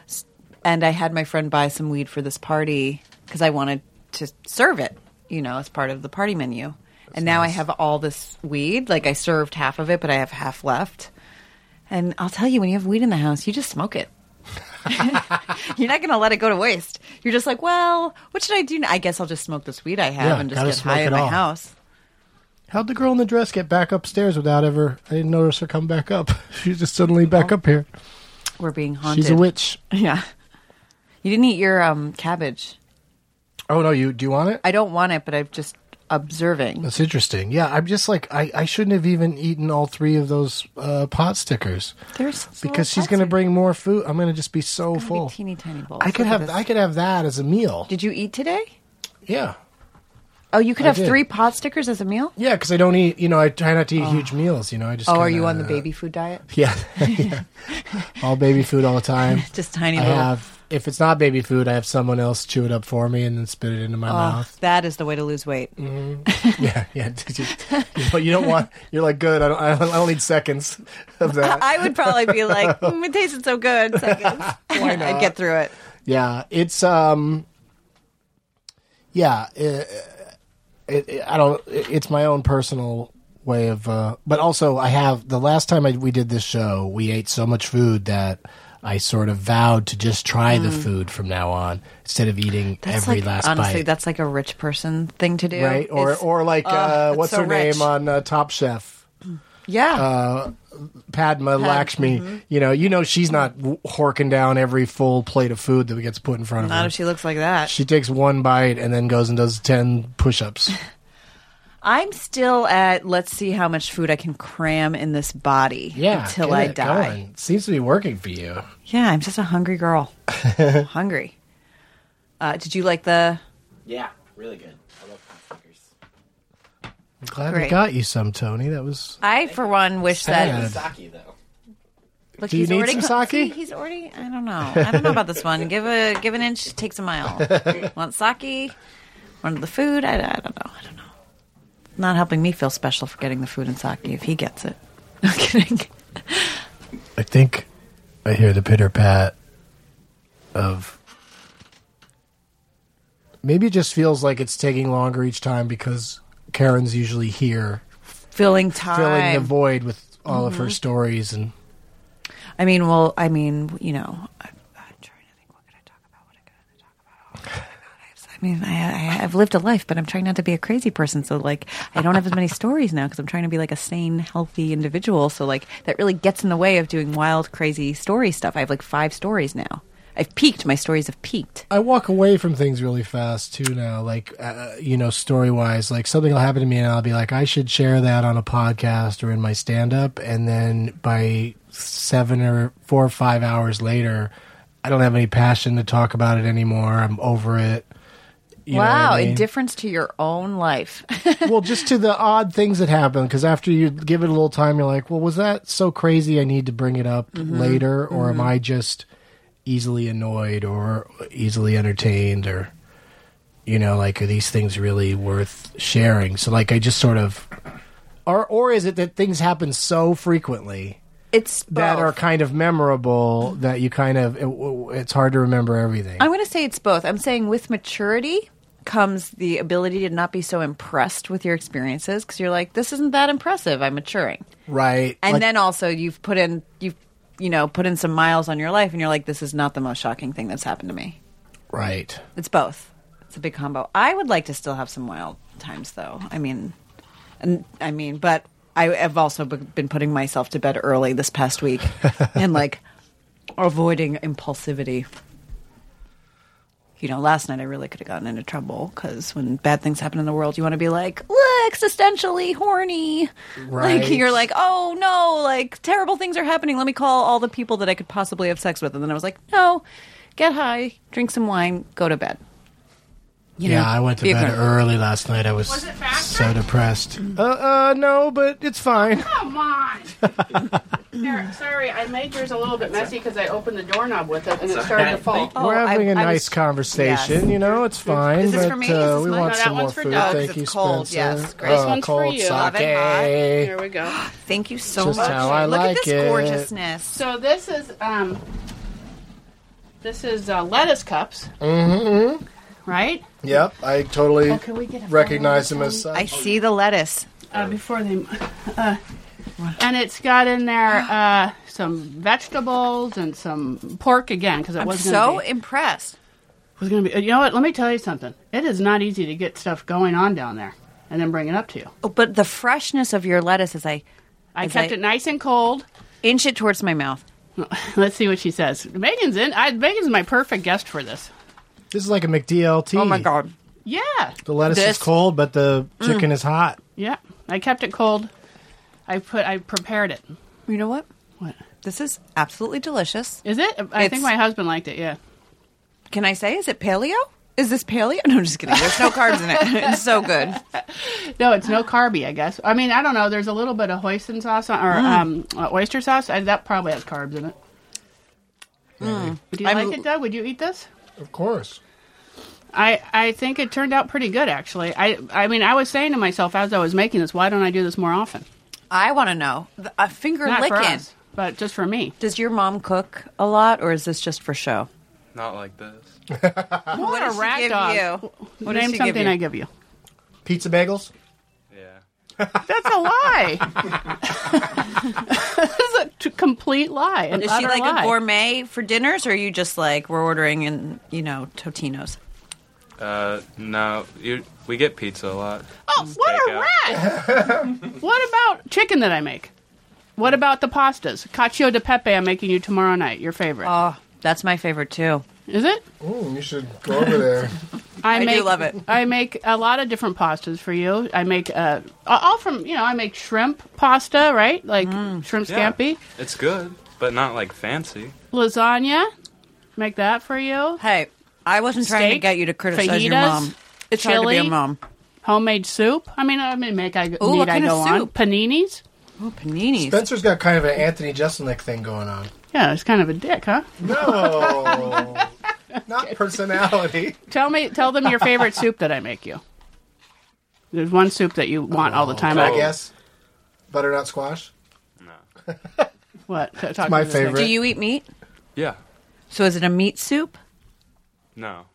Speaker 5: S- and I had my friend buy some weed for this party because I wanted to serve it, you know, as part of the party menu. and now I have all this weed. Like I served half of it, but I have half left. And I'll tell you, when you have weed in the house, you just smoke it. You're not going to let it go to waste. You're just like, well, what should I do? Now? I guess I'll just smoke this weed I have
Speaker 3: Yeah,
Speaker 5: and just
Speaker 3: gotta
Speaker 5: get
Speaker 3: smoke
Speaker 5: high
Speaker 3: it
Speaker 5: in my
Speaker 3: all.
Speaker 5: house.
Speaker 3: How'd the girl in the dress get back upstairs without ever? I didn't notice her come back up. She's just suddenly back up here.
Speaker 5: We're being Oh. haunted.
Speaker 3: She's a witch.
Speaker 5: Yeah. You didn't eat your um, cabbage.
Speaker 3: Oh no, you do you want it?
Speaker 5: I don't want it, but I've just observing.
Speaker 3: That's interesting. Yeah, I'm just like I, I shouldn't have even eaten all three of those uh, pot stickers
Speaker 5: There's
Speaker 3: because she's going to bring more food. I'm going to just be so full.
Speaker 5: teeny tiny bowls.
Speaker 3: I
Speaker 5: Look at
Speaker 3: could have
Speaker 5: this.
Speaker 3: I could have that as a meal.
Speaker 5: Did you eat today?
Speaker 3: Yeah,
Speaker 5: Oh, you could
Speaker 3: I
Speaker 5: have
Speaker 3: did.
Speaker 5: three pot stickers as a meal.
Speaker 3: yeah, because I don't eat. You know, I try not to eat huge meals. You know, I just.
Speaker 5: Oh, are you
Speaker 3: kinda-
Speaker 5: on the baby food diet?
Speaker 3: Yeah, yeah. all baby food all the time.
Speaker 5: Just tiny
Speaker 3: I
Speaker 5: little.
Speaker 3: have. If it's not baby food, I have someone else chew it up for me and then spit it into my
Speaker 5: Oh,
Speaker 3: mouth. Mm.
Speaker 5: that is the way to lose weight.
Speaker 3: Yeah, yeah. But you don't want. You're like, good. I don't. I don't- I don't need seconds of that.
Speaker 5: I would probably be like, mm, it tasted so good. Seconds. I'd get through it.
Speaker 3: Yeah, it's um, yeah, it, it, it- I don't. It, it's my own personal way of, uh, but also I have the last time I, we did this show, we ate so much food that I sort of vowed to just try the food from now on instead of eating
Speaker 5: Hmm. That's
Speaker 3: every
Speaker 5: like,
Speaker 3: last
Speaker 5: honestly,
Speaker 3: bite.
Speaker 5: that's like a rich person thing to do,
Speaker 3: right or
Speaker 5: It's-
Speaker 3: or like uh,
Speaker 5: that's
Speaker 3: what's
Speaker 5: so
Speaker 3: her
Speaker 5: rich.
Speaker 3: name on uh, Top Chef.
Speaker 5: yeah,
Speaker 3: uh, Padma Lakshmi,
Speaker 5: mm-hmm.
Speaker 3: you know, you know she's not w- horking down every full plate of food that gets put in front of her.
Speaker 5: not if she looks like that.
Speaker 3: She takes one bite and then goes and does 10 push ups.
Speaker 5: I'm still at let's see how much food I can cram in this body until I die.
Speaker 3: Seems to be working for you.
Speaker 5: Yeah, I'm just a hungry girl. hungry. Uh, did you like the?
Speaker 7: Yeah, really good. I love pot stickers.
Speaker 3: I'm glad we
Speaker 5: Great.
Speaker 3: got you some, Tony. That was.
Speaker 5: I for one wish
Speaker 3: Sad.
Speaker 5: that.
Speaker 7: Sake though.
Speaker 5: Look,
Speaker 3: Do you
Speaker 5: he's
Speaker 3: need
Speaker 5: already
Speaker 3: some
Speaker 5: co-
Speaker 3: sake?
Speaker 5: See, he's already. I don't know. I don't know about this one. Give a give an inch takes a mile. Want sake? Want the food? I, I don't know. I don't know. Not helping me feel special for getting the food and sake if he gets it. I'm kidding.
Speaker 3: I think I hear the pitter pat of. Maybe it just feels like it's taking longer each time because Karen's usually here
Speaker 5: Filling time.
Speaker 3: filling the void with all of
Speaker 5: Mm-hmm.
Speaker 3: her stories and
Speaker 5: I mean, well, I mean, you know, I, I'm trying to think what could I talk about? What could I talk about? Oh, my God, I have- I mean, I, I, I've lived a life, but I'm trying not to be a crazy person. So, like, I don't have as many stories now because I'm trying to be like a sane, healthy individual. So, like, that really gets in the way of doing wild, crazy story stuff. I have like five stories now. I've peaked. My stories have peaked.
Speaker 3: I walk away from things really fast too now, like uh, you know, story wise. Like something will happen to me, and I'll be like, I should share that on a podcast or in my stand up, and then by seven or four or five hours later, I don't have any passion to talk about it anymore. I'm over it. You know what
Speaker 5: wow,
Speaker 3: I mean?
Speaker 5: indifference to your own life.
Speaker 3: well, just to the odd things that happen, because after you give it a little time, you're like, well, was that so crazy? I need to bring it up
Speaker 5: Mm-hmm.
Speaker 3: later, or am I just easily annoyed or easily entertained, or you know, like, are these things really worth sharing? So, like, I just sort of, or or is it that things happen so frequently?
Speaker 5: it's
Speaker 3: That
Speaker 5: both.
Speaker 3: are kind of memorable. That you kind of it, it's hard to remember everything.
Speaker 5: I'm going to say it's both. I'm saying with maturity comes the ability to not be so impressed with your experiences because you're like, this isn't that impressive. I'm maturing,
Speaker 3: right,
Speaker 5: and
Speaker 3: Like-
Speaker 5: then also you've put in you've you know put in some miles on your life, and you're like, this is not the most shocking thing that's happened to me.
Speaker 3: right.
Speaker 5: It's both. It's a big combo. I would like to still have some wild times, though. I mean, and I mean, but I have also b- been putting myself to bed early this past week and like avoiding impulsivity. You know, last night I really could have gotten into trouble because when bad things happen in the world, you want to be like "Ugh, existentially horny.
Speaker 3: Right.
Speaker 5: Like you're like, oh no, like terrible things are happening. Let me call all the people that I could possibly have sex with, and then I was like, no, get high, drink some wine, go to bed. You
Speaker 3: yeah,
Speaker 5: know,
Speaker 3: I went to
Speaker 5: be a
Speaker 3: bed
Speaker 5: grown-
Speaker 3: early last night. I was, so depressed. Uh, uh, no, but it's fine.
Speaker 4: Come on. Here, sorry, I made yours a little bit messy because I opened the doorknob with it and it started to fall.
Speaker 5: Oh,
Speaker 3: We're having a
Speaker 5: I- I was-
Speaker 3: nice conversation.
Speaker 5: Yes.
Speaker 3: You know, it's fine.
Speaker 5: Is this
Speaker 3: but
Speaker 5: for me?
Speaker 3: Uh,
Speaker 5: Is this
Speaker 3: we
Speaker 5: mine?
Speaker 3: want
Speaker 4: No, that
Speaker 3: some more
Speaker 4: one's for
Speaker 3: food.
Speaker 4: Doug, 'cause
Speaker 3: Thank you,
Speaker 5: it's cold.
Speaker 3: Spencer.
Speaker 5: Yes, great.
Speaker 4: This
Speaker 3: Oh,
Speaker 4: one's for
Speaker 3: cold
Speaker 4: you. Love
Speaker 5: it, hot.
Speaker 3: sake.
Speaker 4: There we go.
Speaker 5: Thank you so
Speaker 3: Just
Speaker 5: much.
Speaker 3: how I
Speaker 5: Look
Speaker 3: like
Speaker 5: at this
Speaker 3: it.
Speaker 5: gorgeousness.
Speaker 4: So this is um, this is uh, lettuce cups,
Speaker 3: Mm-hmm.
Speaker 4: right?
Speaker 6: Yep, I totally
Speaker 4: Can we get a
Speaker 6: recognize him
Speaker 3: uh,
Speaker 6: as
Speaker 5: I
Speaker 6: such.
Speaker 5: see the lettuce.
Speaker 4: uh, before they. Uh, and it's got in there uh, some vegetables and some pork again because it
Speaker 5: I'm
Speaker 4: was
Speaker 5: so
Speaker 4: gonna be,
Speaker 5: impressed.
Speaker 4: was going to be. You know what? Let me tell you something. It is not easy to get stuff going on down there and then bring it up to you.
Speaker 5: Oh, but the freshness of your lettuce as I
Speaker 4: I
Speaker 5: As
Speaker 4: kept
Speaker 5: I-
Speaker 4: it nice and cold.
Speaker 5: inch it towards my mouth.
Speaker 4: Let's see what she says. Megan's in. I, Megan's my perfect guest for this.
Speaker 3: This is like a McDLT.
Speaker 5: Oh my god.
Speaker 4: Yeah.
Speaker 3: The lettuce
Speaker 5: This- Mm.
Speaker 3: is cold, but the chicken is hot.
Speaker 4: Yeah. I kept it cold. I put I prepared it.
Speaker 5: You know what?
Speaker 4: What?
Speaker 5: This is absolutely delicious.
Speaker 4: Is it? I
Speaker 5: It's-
Speaker 4: think my husband liked it, yeah.
Speaker 5: Can I say, is it paleo? Is this paleo? No, I'm just kidding. There's no carbs in it. It's so good.
Speaker 4: No, it's no carby, I guess. I mean, I don't know. There's a little bit of hoisin sauce on, or
Speaker 5: Mm.
Speaker 4: um, uh, oyster sauce. I, that probably has carbs in it. Would you
Speaker 5: Hmm. I'm-
Speaker 4: like it, Doug? Would you eat this?
Speaker 3: Of course.
Speaker 4: I, I think it turned out pretty good, actually. I, I mean, I was saying to myself as I was making this, why don't I do this more often?
Speaker 5: I want to know. The- A finger
Speaker 4: Not for
Speaker 5: licking.
Speaker 4: us, but just for me.
Speaker 5: Does your mom cook a lot, or is this just for show?
Speaker 8: Not like this.
Speaker 5: What
Speaker 4: a
Speaker 5: does she
Speaker 4: rat
Speaker 5: give
Speaker 4: dog.
Speaker 5: you? What does
Speaker 4: Name
Speaker 5: she give
Speaker 4: something
Speaker 5: you?
Speaker 4: I give you.
Speaker 3: Pizza bagels?
Speaker 8: Yeah.
Speaker 4: That's a lie. this is a t- complete lie. An
Speaker 5: Is she
Speaker 4: utter
Speaker 5: like
Speaker 4: lie.
Speaker 5: a gourmet for dinners, or are you just like we're ordering in you know Totinos?
Speaker 8: Uh, no. You, we get pizza a lot.
Speaker 4: Oh, what a
Speaker 8: takeout.
Speaker 4: rat! what about chicken that I make? What about the pastas? Cacio de pepe I'm making you tomorrow night, your favorite.
Speaker 5: Oh, that's my favorite too.
Speaker 4: Is it?
Speaker 6: Ooh, you should go over there.
Speaker 5: I do
Speaker 4: make,
Speaker 5: love it.
Speaker 4: I make a lot of different pastas for you. I make uh, all from, you know, I make shrimp pasta, right? Like
Speaker 5: Mm.
Speaker 4: shrimp
Speaker 8: Yeah.
Speaker 4: scampi.
Speaker 8: It's good, but not like fancy.
Speaker 4: Lasagna, make that for you.
Speaker 5: Hey, I wasn't trying to
Speaker 4: Steak,
Speaker 5: get you to criticize your
Speaker 4: fajitas,
Speaker 5: mom. It's hard to be a
Speaker 4: chili.
Speaker 5: mom.
Speaker 4: Homemade soup. I mean, I mean, make I need
Speaker 5: Ooh, what
Speaker 4: I
Speaker 5: kind
Speaker 4: go
Speaker 5: of
Speaker 4: on
Speaker 5: soup?
Speaker 4: paninis.
Speaker 5: Oh, paninis.
Speaker 6: Spencer's got kind of an Anthony Jeselnik thing going on.
Speaker 4: Yeah, it's kind of a dick, huh?
Speaker 3: Oh.
Speaker 6: No, not personality.
Speaker 4: Tell me, tell them your favorite soup that I make you. There's one soup that you want all the time.
Speaker 6: I
Speaker 4: I-
Speaker 6: guess butternut squash.
Speaker 8: No.
Speaker 4: What? T- talk
Speaker 6: my
Speaker 4: to this thing.
Speaker 6: favorite.
Speaker 5: do you eat meat?
Speaker 8: Yeah.
Speaker 5: So is it a meat soup?
Speaker 8: No.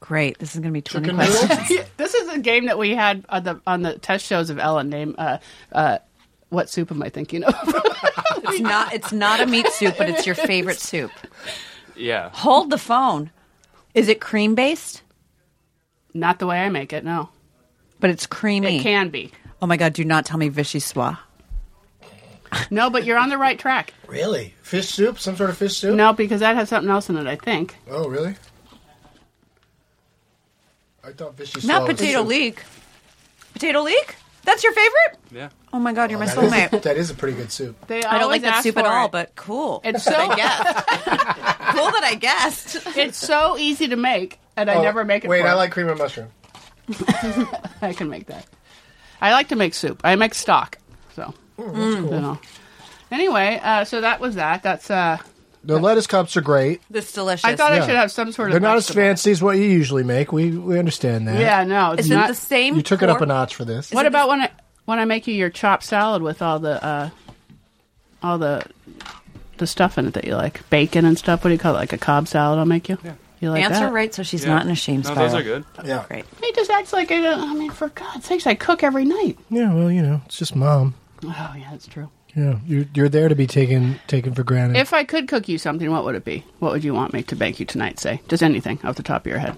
Speaker 5: Great. This is going to be twenty
Speaker 6: Chicken
Speaker 5: questions.
Speaker 6: noodle.
Speaker 4: This is a game that we had on the on the test shows of Ellen. Name uh, uh, what soup am I thinking of?
Speaker 5: It's not. It's not a meat soup, but it's your favorite soup.
Speaker 8: Yeah.
Speaker 5: Hold the phone. Is it cream based?
Speaker 4: Not the way I make it. No,
Speaker 5: But it's creamy.
Speaker 4: it can be.
Speaker 5: Oh my god! Do not tell me vichyssoise.
Speaker 4: No, but you're on the right track.
Speaker 6: Really? Fish soup? Some sort of fish soup?
Speaker 4: No, because that has something else in it. I think.
Speaker 6: Oh, really? I thought fishy
Speaker 5: Not potato leek. Potato leek? That's your favorite?
Speaker 8: Yeah.
Speaker 5: Oh my god, you're my
Speaker 6: That is,
Speaker 5: soulmate.
Speaker 6: that is a pretty good soup.
Speaker 4: They
Speaker 5: I don't like
Speaker 4: always
Speaker 5: that
Speaker 4: ask
Speaker 5: soup at
Speaker 4: for
Speaker 5: all,
Speaker 4: it.
Speaker 5: but cool.
Speaker 4: it's so
Speaker 5: cool that I guessed.
Speaker 4: it's so easy to make, and I
Speaker 6: Oh,
Speaker 4: never make it.
Speaker 6: Wait,
Speaker 4: for
Speaker 6: I
Speaker 4: them.
Speaker 6: like cream and mushroom.
Speaker 4: I can make that. I like to make soup. I make stock. So, you know. Anyway, uh, so that was that. That's. Uh,
Speaker 6: The lettuce cups are great.
Speaker 5: This is delicious.
Speaker 4: I thought I
Speaker 6: Yeah.
Speaker 4: should have some sort
Speaker 6: They're
Speaker 4: of.
Speaker 6: not as
Speaker 4: vegetable.
Speaker 6: fancy as what you usually make. We we understand that.
Speaker 4: Yeah, no, it's
Speaker 5: Is it
Speaker 4: not.
Speaker 5: the same?
Speaker 6: You took it up a
Speaker 5: pork-
Speaker 6: notch for this.
Speaker 4: what about when I when I make you your chopped salad with all the uh, all the the stuff in it that you like, bacon and stuff? What do you call it? Like a cob salad? I'll make you. You like
Speaker 5: Answer
Speaker 4: that?
Speaker 5: right, so she's
Speaker 8: Yeah.
Speaker 5: not in a shame
Speaker 8: No,
Speaker 5: spiral.
Speaker 8: those are good.
Speaker 6: Yeah.
Speaker 5: Great.
Speaker 4: He just acts like I don't. I mean, for God's sakes, I cook every night.
Speaker 3: Yeah, well, you know, it's just mom.
Speaker 4: Oh yeah, that's true.
Speaker 3: Yeah, you're, you're there to be taken taken for granted.
Speaker 4: If I could cook you something, what would it be? What would you want me to bake you tonight? Say just anything off the top of your head.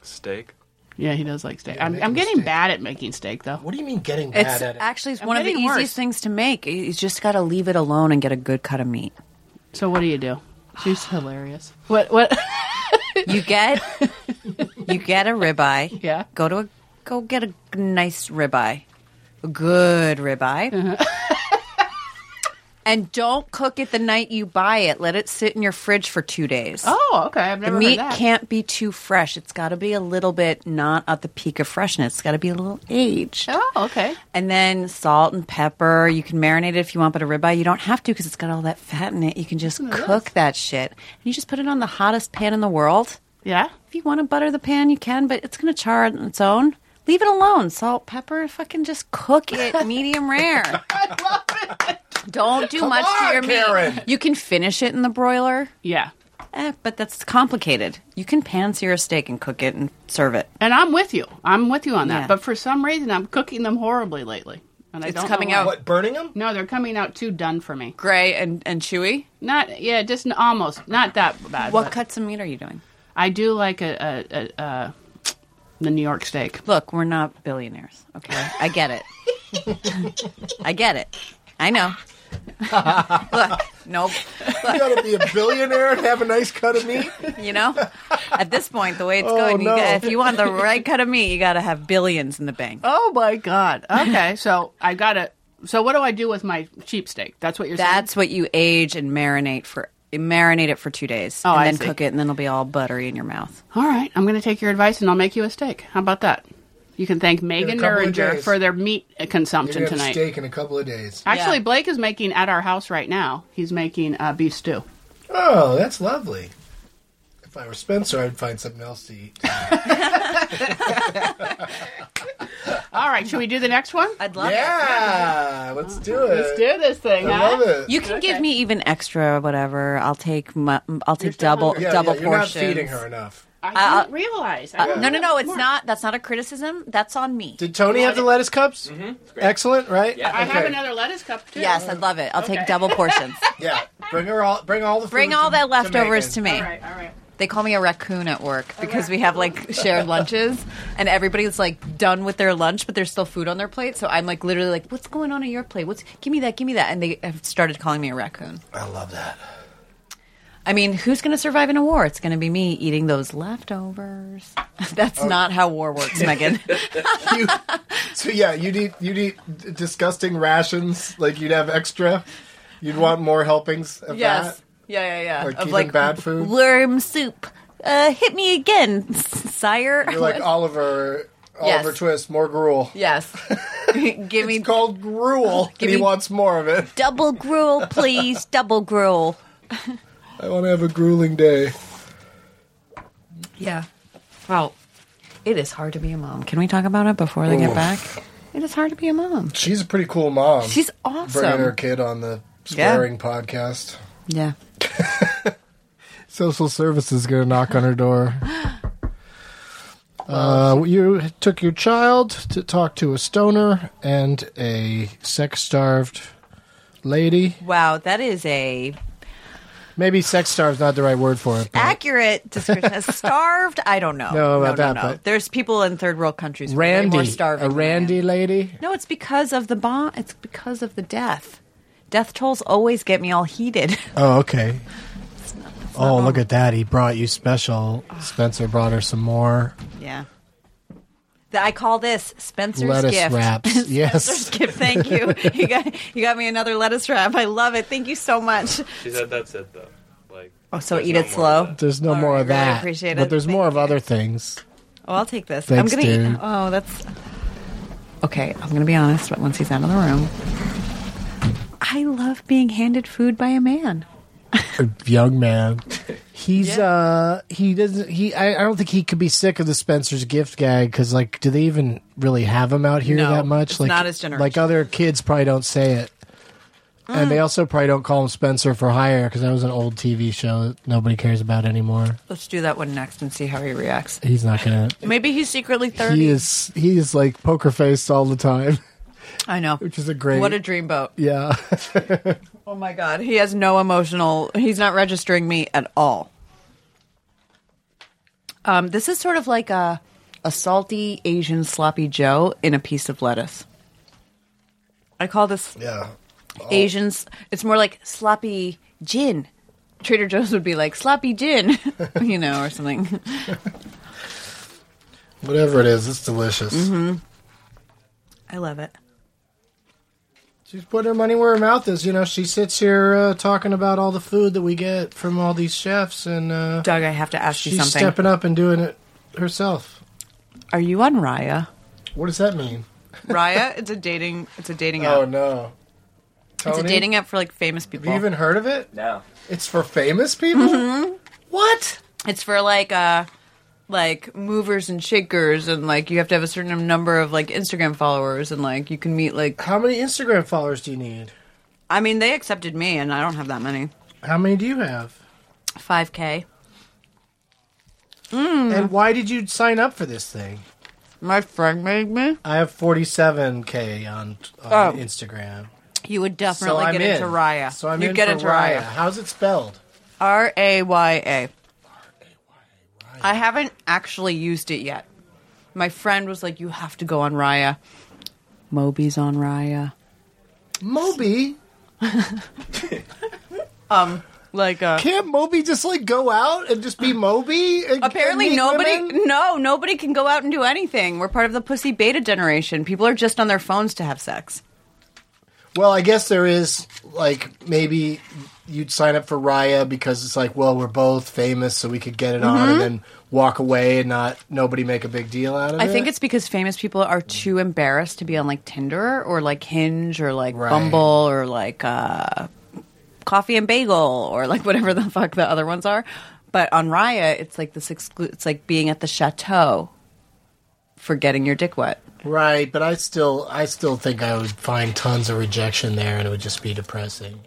Speaker 8: Steak.
Speaker 4: Yeah, he does like steak. I'm,
Speaker 6: making
Speaker 4: I'm getting
Speaker 6: steak.
Speaker 4: bad at making steak, though.
Speaker 6: What do you mean getting bad
Speaker 5: It's
Speaker 6: at it?
Speaker 5: actually
Speaker 4: I'm
Speaker 5: one of the
Speaker 4: getting
Speaker 5: easiest
Speaker 4: worse.
Speaker 5: things to make. You just got to leave it alone and get a good cut of meat.
Speaker 4: So what do you do? She's hilarious. What? What?
Speaker 5: You get you get a ribeye.
Speaker 4: Yeah.
Speaker 5: Go to a go get a nice ribeye. A good ribeye.
Speaker 6: Uh-huh.
Speaker 5: and don't cook it the night you buy it. Let it sit in your fridge for 2 days.
Speaker 4: Oh, okay. I've
Speaker 5: the
Speaker 4: never
Speaker 5: meat
Speaker 4: heard that.
Speaker 5: can't be too fresh. It's got to be a little bit not at the peak of freshness. It's got to be a little aged.
Speaker 4: Oh, okay.
Speaker 5: And then salt and pepper. You can marinate it if you want, but a ribeye you don't have to because it's got all that fat in it. You can just cook that shit, and you just put it on the hottest pan in the world.
Speaker 4: Yeah.
Speaker 5: If you want to butter the pan, you can, but it's going to char on its own. Leave it alone. Salt, pepper, fucking just cook it medium rare. Don't do much to
Speaker 6: on,
Speaker 5: your
Speaker 6: Karen.
Speaker 5: meat. You can finish it in the broiler,
Speaker 4: Yeah.
Speaker 5: eh, but that's complicated. You can pan sear a steak and cook it and serve it.
Speaker 4: And I'm with you. I'm with you on that.
Speaker 5: Yeah.
Speaker 4: But for some reason, I'm cooking them horribly lately. And I
Speaker 5: It's
Speaker 4: don't know
Speaker 5: coming
Speaker 4: why.
Speaker 5: out-
Speaker 6: what burning them?
Speaker 4: No, they're coming out too done for me.
Speaker 5: Gray and, and chewy.
Speaker 4: Not yeah, just n- almost not that bad.
Speaker 5: What
Speaker 4: but
Speaker 5: cuts of meat are you doing?
Speaker 4: I do like a, a, a, a the New York steak.
Speaker 5: Look, we're not billionaires. Okay, I get it. I get it. I know. Look, nope.
Speaker 3: You gotta be a billionaire and have a nice cut of meat.
Speaker 5: You know, at this point, the way it's
Speaker 3: Oh,
Speaker 5: going, you
Speaker 3: no.
Speaker 5: got, if you want the right cut of meat, you got to have billions in the bank.
Speaker 4: Oh my god. Okay, so I gotta. So what do I do with my cheap steak? That's what you're saying.
Speaker 5: That's what you age and marinate for. Marinate it for two days,
Speaker 4: Oh,
Speaker 5: and
Speaker 4: I
Speaker 5: then
Speaker 4: see.
Speaker 5: cook it, and then it'll be all buttery in your mouth.
Speaker 4: All right, I'm gonna take your advice and I'll make you a steak. How about that? You can thank Megan
Speaker 3: couple of
Speaker 4: Nuringer
Speaker 3: days.
Speaker 4: for their meat uh,
Speaker 3: You're
Speaker 4: consumption
Speaker 3: gonna have
Speaker 4: tonight.
Speaker 3: steak in a couple of days.
Speaker 4: Actually,
Speaker 5: Yeah.
Speaker 4: Blake is making at our house right now. He's making uh, beef stew.
Speaker 3: Oh, that's lovely. If I were Spencer, I'd find something else to eat.
Speaker 4: All right, should we do the next one?
Speaker 5: I'd love
Speaker 3: Yeah, let's do it.
Speaker 4: Let's do this thing.
Speaker 3: I
Speaker 4: huh?
Speaker 3: love it.
Speaker 5: You can give me even extra, whatever. I'll take my, I'll take
Speaker 4: still
Speaker 5: double
Speaker 3: yeah,
Speaker 5: double
Speaker 3: yeah,
Speaker 5: portion.
Speaker 3: you're not feeding her enough.
Speaker 4: I didn't realize. I
Speaker 5: Uh, No, no, no. It's not. That's not a criticism. That's on me.
Speaker 3: Did Tony have the lettuce cups? Mm-hmm. Excellent, right? Yeah.
Speaker 4: I have another lettuce cup too.
Speaker 5: Yes, I'd love it. I'll take double portions.
Speaker 3: Yeah. Bring her all. Bring all the.
Speaker 5: Bring
Speaker 3: food
Speaker 5: all
Speaker 3: to-
Speaker 5: that leftovers
Speaker 3: Megan.
Speaker 5: to me.
Speaker 4: All right, all right.
Speaker 5: They call me a raccoon at
Speaker 3: Oh,
Speaker 5: work because we have like shared lunches, and everybody's like done with their lunch, but there's still food on their plate. So I'm like literally like, "What's going on on your plate? What's give me that? Give me that?" And they have started calling me a raccoon.
Speaker 3: I love that.
Speaker 5: I mean, who's going to survive in a war? It's going to be me eating those leftovers. That's not how war works, Megan.
Speaker 3: You, so yeah, you'd eat you'd eat d- disgusting rations. Like you'd have extra. You'd want more helpings of
Speaker 5: yes.
Speaker 3: that.
Speaker 5: Yeah, yeah, yeah.
Speaker 3: Like even bad food?
Speaker 5: worm soup. Uh, hit me again, sire.
Speaker 3: You're like "Oh." Oliver.
Speaker 5: Yes.
Speaker 3: Oliver Twist, more gruel.
Speaker 5: yes. Give me
Speaker 3: It's called gruel, and he
Speaker 5: oh, me-
Speaker 3: wants more of it.
Speaker 5: double gruel, please. Double gruel.
Speaker 3: I want to have a grueling day.
Speaker 5: Yeah. Wow. It is hard to be a mom. Can we talk about it before they get back? It is hard to be a mom.
Speaker 3: She's a pretty cool mom.
Speaker 5: She's
Speaker 3: bringing her
Speaker 5: awesome.
Speaker 3: kid on the
Speaker 5: Yeah.
Speaker 3: swearing podcast.
Speaker 5: Yeah.
Speaker 3: Social services is going to knock on her door. Uh, you took your child to talk to a stoner and a sex starved lady.
Speaker 5: Wow, that is a
Speaker 3: Maybe sex starved's not the right word for it. but
Speaker 5: accurate description. starved? I don't know.
Speaker 3: No, about
Speaker 5: no,
Speaker 3: that,
Speaker 5: no.
Speaker 3: but-
Speaker 5: There's people in third world countries who are way
Speaker 3: Randy,
Speaker 5: more starving.
Speaker 3: a
Speaker 5: than I
Speaker 3: Randy
Speaker 5: am.
Speaker 3: lady.
Speaker 5: No, it's because of the bomb. It's because of the death. Death tolls always get me all heated.
Speaker 9: Oh, okay. Oh, look at that. He brought you special. Spencer brought her some more
Speaker 5: yeah. That I call this Spencer's
Speaker 9: lettuce
Speaker 5: gift.
Speaker 9: wraps. yes.
Speaker 5: Skip, thank you. You got you got me another lettuce wrap. I love it. Thank you so much.
Speaker 8: She said that's it though. Like
Speaker 5: Oh, so
Speaker 8: there's
Speaker 5: eat
Speaker 8: no
Speaker 5: it
Speaker 8: more
Speaker 5: slow.
Speaker 8: of that.
Speaker 9: There's no
Speaker 5: All
Speaker 9: more
Speaker 5: right,
Speaker 9: of
Speaker 5: really
Speaker 9: that.
Speaker 5: appreciate it.
Speaker 9: But there's more
Speaker 5: Thank
Speaker 9: of
Speaker 5: you.
Speaker 9: other things.
Speaker 5: Oh, I'll take this.
Speaker 9: Thanks,
Speaker 5: I'm gonna eat.
Speaker 9: dude.
Speaker 5: Oh, that's okay. I'm gonna be honest. But once he's out of the room, I love being handed food by a man.
Speaker 9: A young man. He's uh he doesn't he I, I don't think he could be sick of the Spencer's gift gag because like do they even really have him out here
Speaker 5: No,
Speaker 9: that much
Speaker 5: it's
Speaker 9: like
Speaker 5: not his generation.
Speaker 9: like other kids probably don't say it and
Speaker 5: Mm.
Speaker 9: they also probably don't call him Spencer for hire because that was an old TV show that nobody cares about anymore
Speaker 5: Let's do that one next and see how he reacts.
Speaker 9: he's not gonna
Speaker 5: Maybe he's secretly thirty.
Speaker 9: he is he is like poker faced all the time
Speaker 5: I know.
Speaker 9: which is a great
Speaker 5: What a dreamboat.
Speaker 9: yeah
Speaker 5: Oh my god. He has no emotional he's not registering me at all. Um, this is sort of like a a salty Asian sloppy Joe in a piece of lettuce. I call this
Speaker 3: Yeah.
Speaker 5: Oh. Asians it's more like sloppy gin. Trader Joe's would be like sloppy gin, you know, or something.
Speaker 3: Whatever it is, it's delicious.
Speaker 5: Mm-hmm. I love it.
Speaker 3: She's putting her money where her mouth is. You know, she sits here uh, talking about all the food that we get from all these chefs, and uh,
Speaker 5: Doug, I have to ask you
Speaker 3: she's
Speaker 5: something.
Speaker 3: stepping up and doing it herself.
Speaker 5: Are you on Raya?
Speaker 3: What does that mean?
Speaker 5: Raya, it's a dating it's a dating
Speaker 3: Oh
Speaker 5: app.
Speaker 3: no. Tony,
Speaker 5: it's a dating app for like famous people.
Speaker 3: Have you even heard of it?
Speaker 7: No.
Speaker 3: It's for famous
Speaker 5: Mm-hmm.
Speaker 3: people. What?
Speaker 5: It's for like uh like movers and shakers and like you have to have a certain number of like Instagram followers and like you can meet like
Speaker 3: How many Instagram followers do you need?
Speaker 5: I mean they accepted me and I don't have that many.
Speaker 3: How many do you have?
Speaker 5: 5k. Hmm.
Speaker 3: And why did you sign up for this thing?
Speaker 5: My friend made me.
Speaker 3: I have 47k on,
Speaker 5: Oh.
Speaker 3: on Instagram.
Speaker 5: You would
Speaker 3: So
Speaker 5: definitely
Speaker 3: I'm
Speaker 5: get
Speaker 3: in.
Speaker 5: into Raya.
Speaker 3: So I'm
Speaker 5: you
Speaker 3: in
Speaker 5: get
Speaker 3: for
Speaker 5: into
Speaker 3: Raya.
Speaker 5: Raya.
Speaker 3: How's it spelled?
Speaker 5: R A Y A. I haven't actually used it yet. My friend was like, "You have to go on Raya." Moby's on Raya.
Speaker 3: Moby
Speaker 5: Like uh,
Speaker 3: can't Moby just like go out and just be Moby? and- and
Speaker 5: apparently
Speaker 3: meet
Speaker 5: nobody
Speaker 3: women?
Speaker 5: no nobody can go out and do anything. We're part of the pussy beta generation. People are just on their phones to have sex.
Speaker 3: Well, I guess there is like maybe you'd sign up for Raya because it's like, well, we're both famous, so we could get it
Speaker 5: Mm-hmm.
Speaker 3: on and then walk away and not nobody make a big deal out of it.
Speaker 5: I think it's because famous people are too embarrassed to be on like Tinder or like Hinge or like
Speaker 3: Right.
Speaker 5: Bumble or like uh, Coffee and Bagel or like whatever the fuck the other ones are. But on Raya, it's like this exclu- it's like being at the chateau for getting your dick wet.
Speaker 3: right, but I still, I still think I would find tons of rejection there, and it would just be depressing.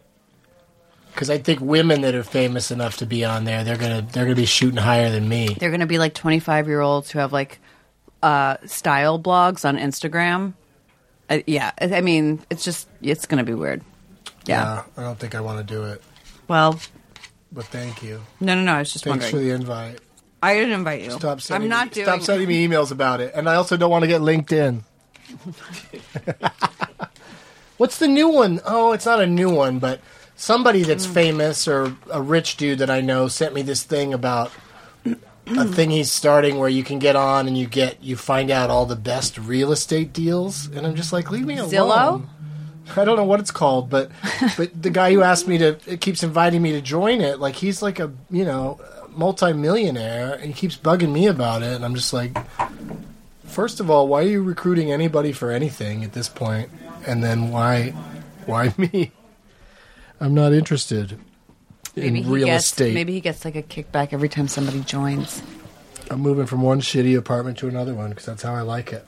Speaker 3: Because I think women that are famous enough to be on there, they're gonna, they're gonna be shooting higher than me.
Speaker 5: They're going to be like 25 year olds who have like uh, style blogs on Instagram. Uh, yeah, I I mean, it's just it's going to be weird. Yeah.
Speaker 3: Uh, I don't think I want to do it,
Speaker 5: Well,
Speaker 3: but thank you.
Speaker 5: no, no, no. I was just
Speaker 3: Thanks for
Speaker 5: wondering.
Speaker 3: the invite.
Speaker 5: I didn't invite you.
Speaker 3: Stop sending
Speaker 5: I'm not
Speaker 3: me,
Speaker 5: doing.
Speaker 3: Stop sending me emails about it. And I also don't want to get LinkedIn. What's the new one? Oh, it's not a new one, but somebody that's
Speaker 5: Hmm.
Speaker 3: famous or a rich dude that I know sent me this thing about a
Speaker 5: Hmm.
Speaker 3: thing he's starting where you can get on and you get you find out all the best real estate deals and I'm just like leave me alone.
Speaker 5: Zillow?
Speaker 3: I don't know what it's called, but but the guy who asked me to it keeps inviting me to join it. Like he's like a you know multimillionaire, and he keeps bugging me about it, and I'm just like, first of all, why are you recruiting anybody for anything at this point? And then why why me? I'm not interested
Speaker 5: Maybe
Speaker 3: in
Speaker 5: he
Speaker 3: real
Speaker 5: gets,
Speaker 3: estate.
Speaker 5: Maybe he gets like a kickback every time somebody joins.
Speaker 3: I'm moving from one shitty apartment to another one because that's how I like it.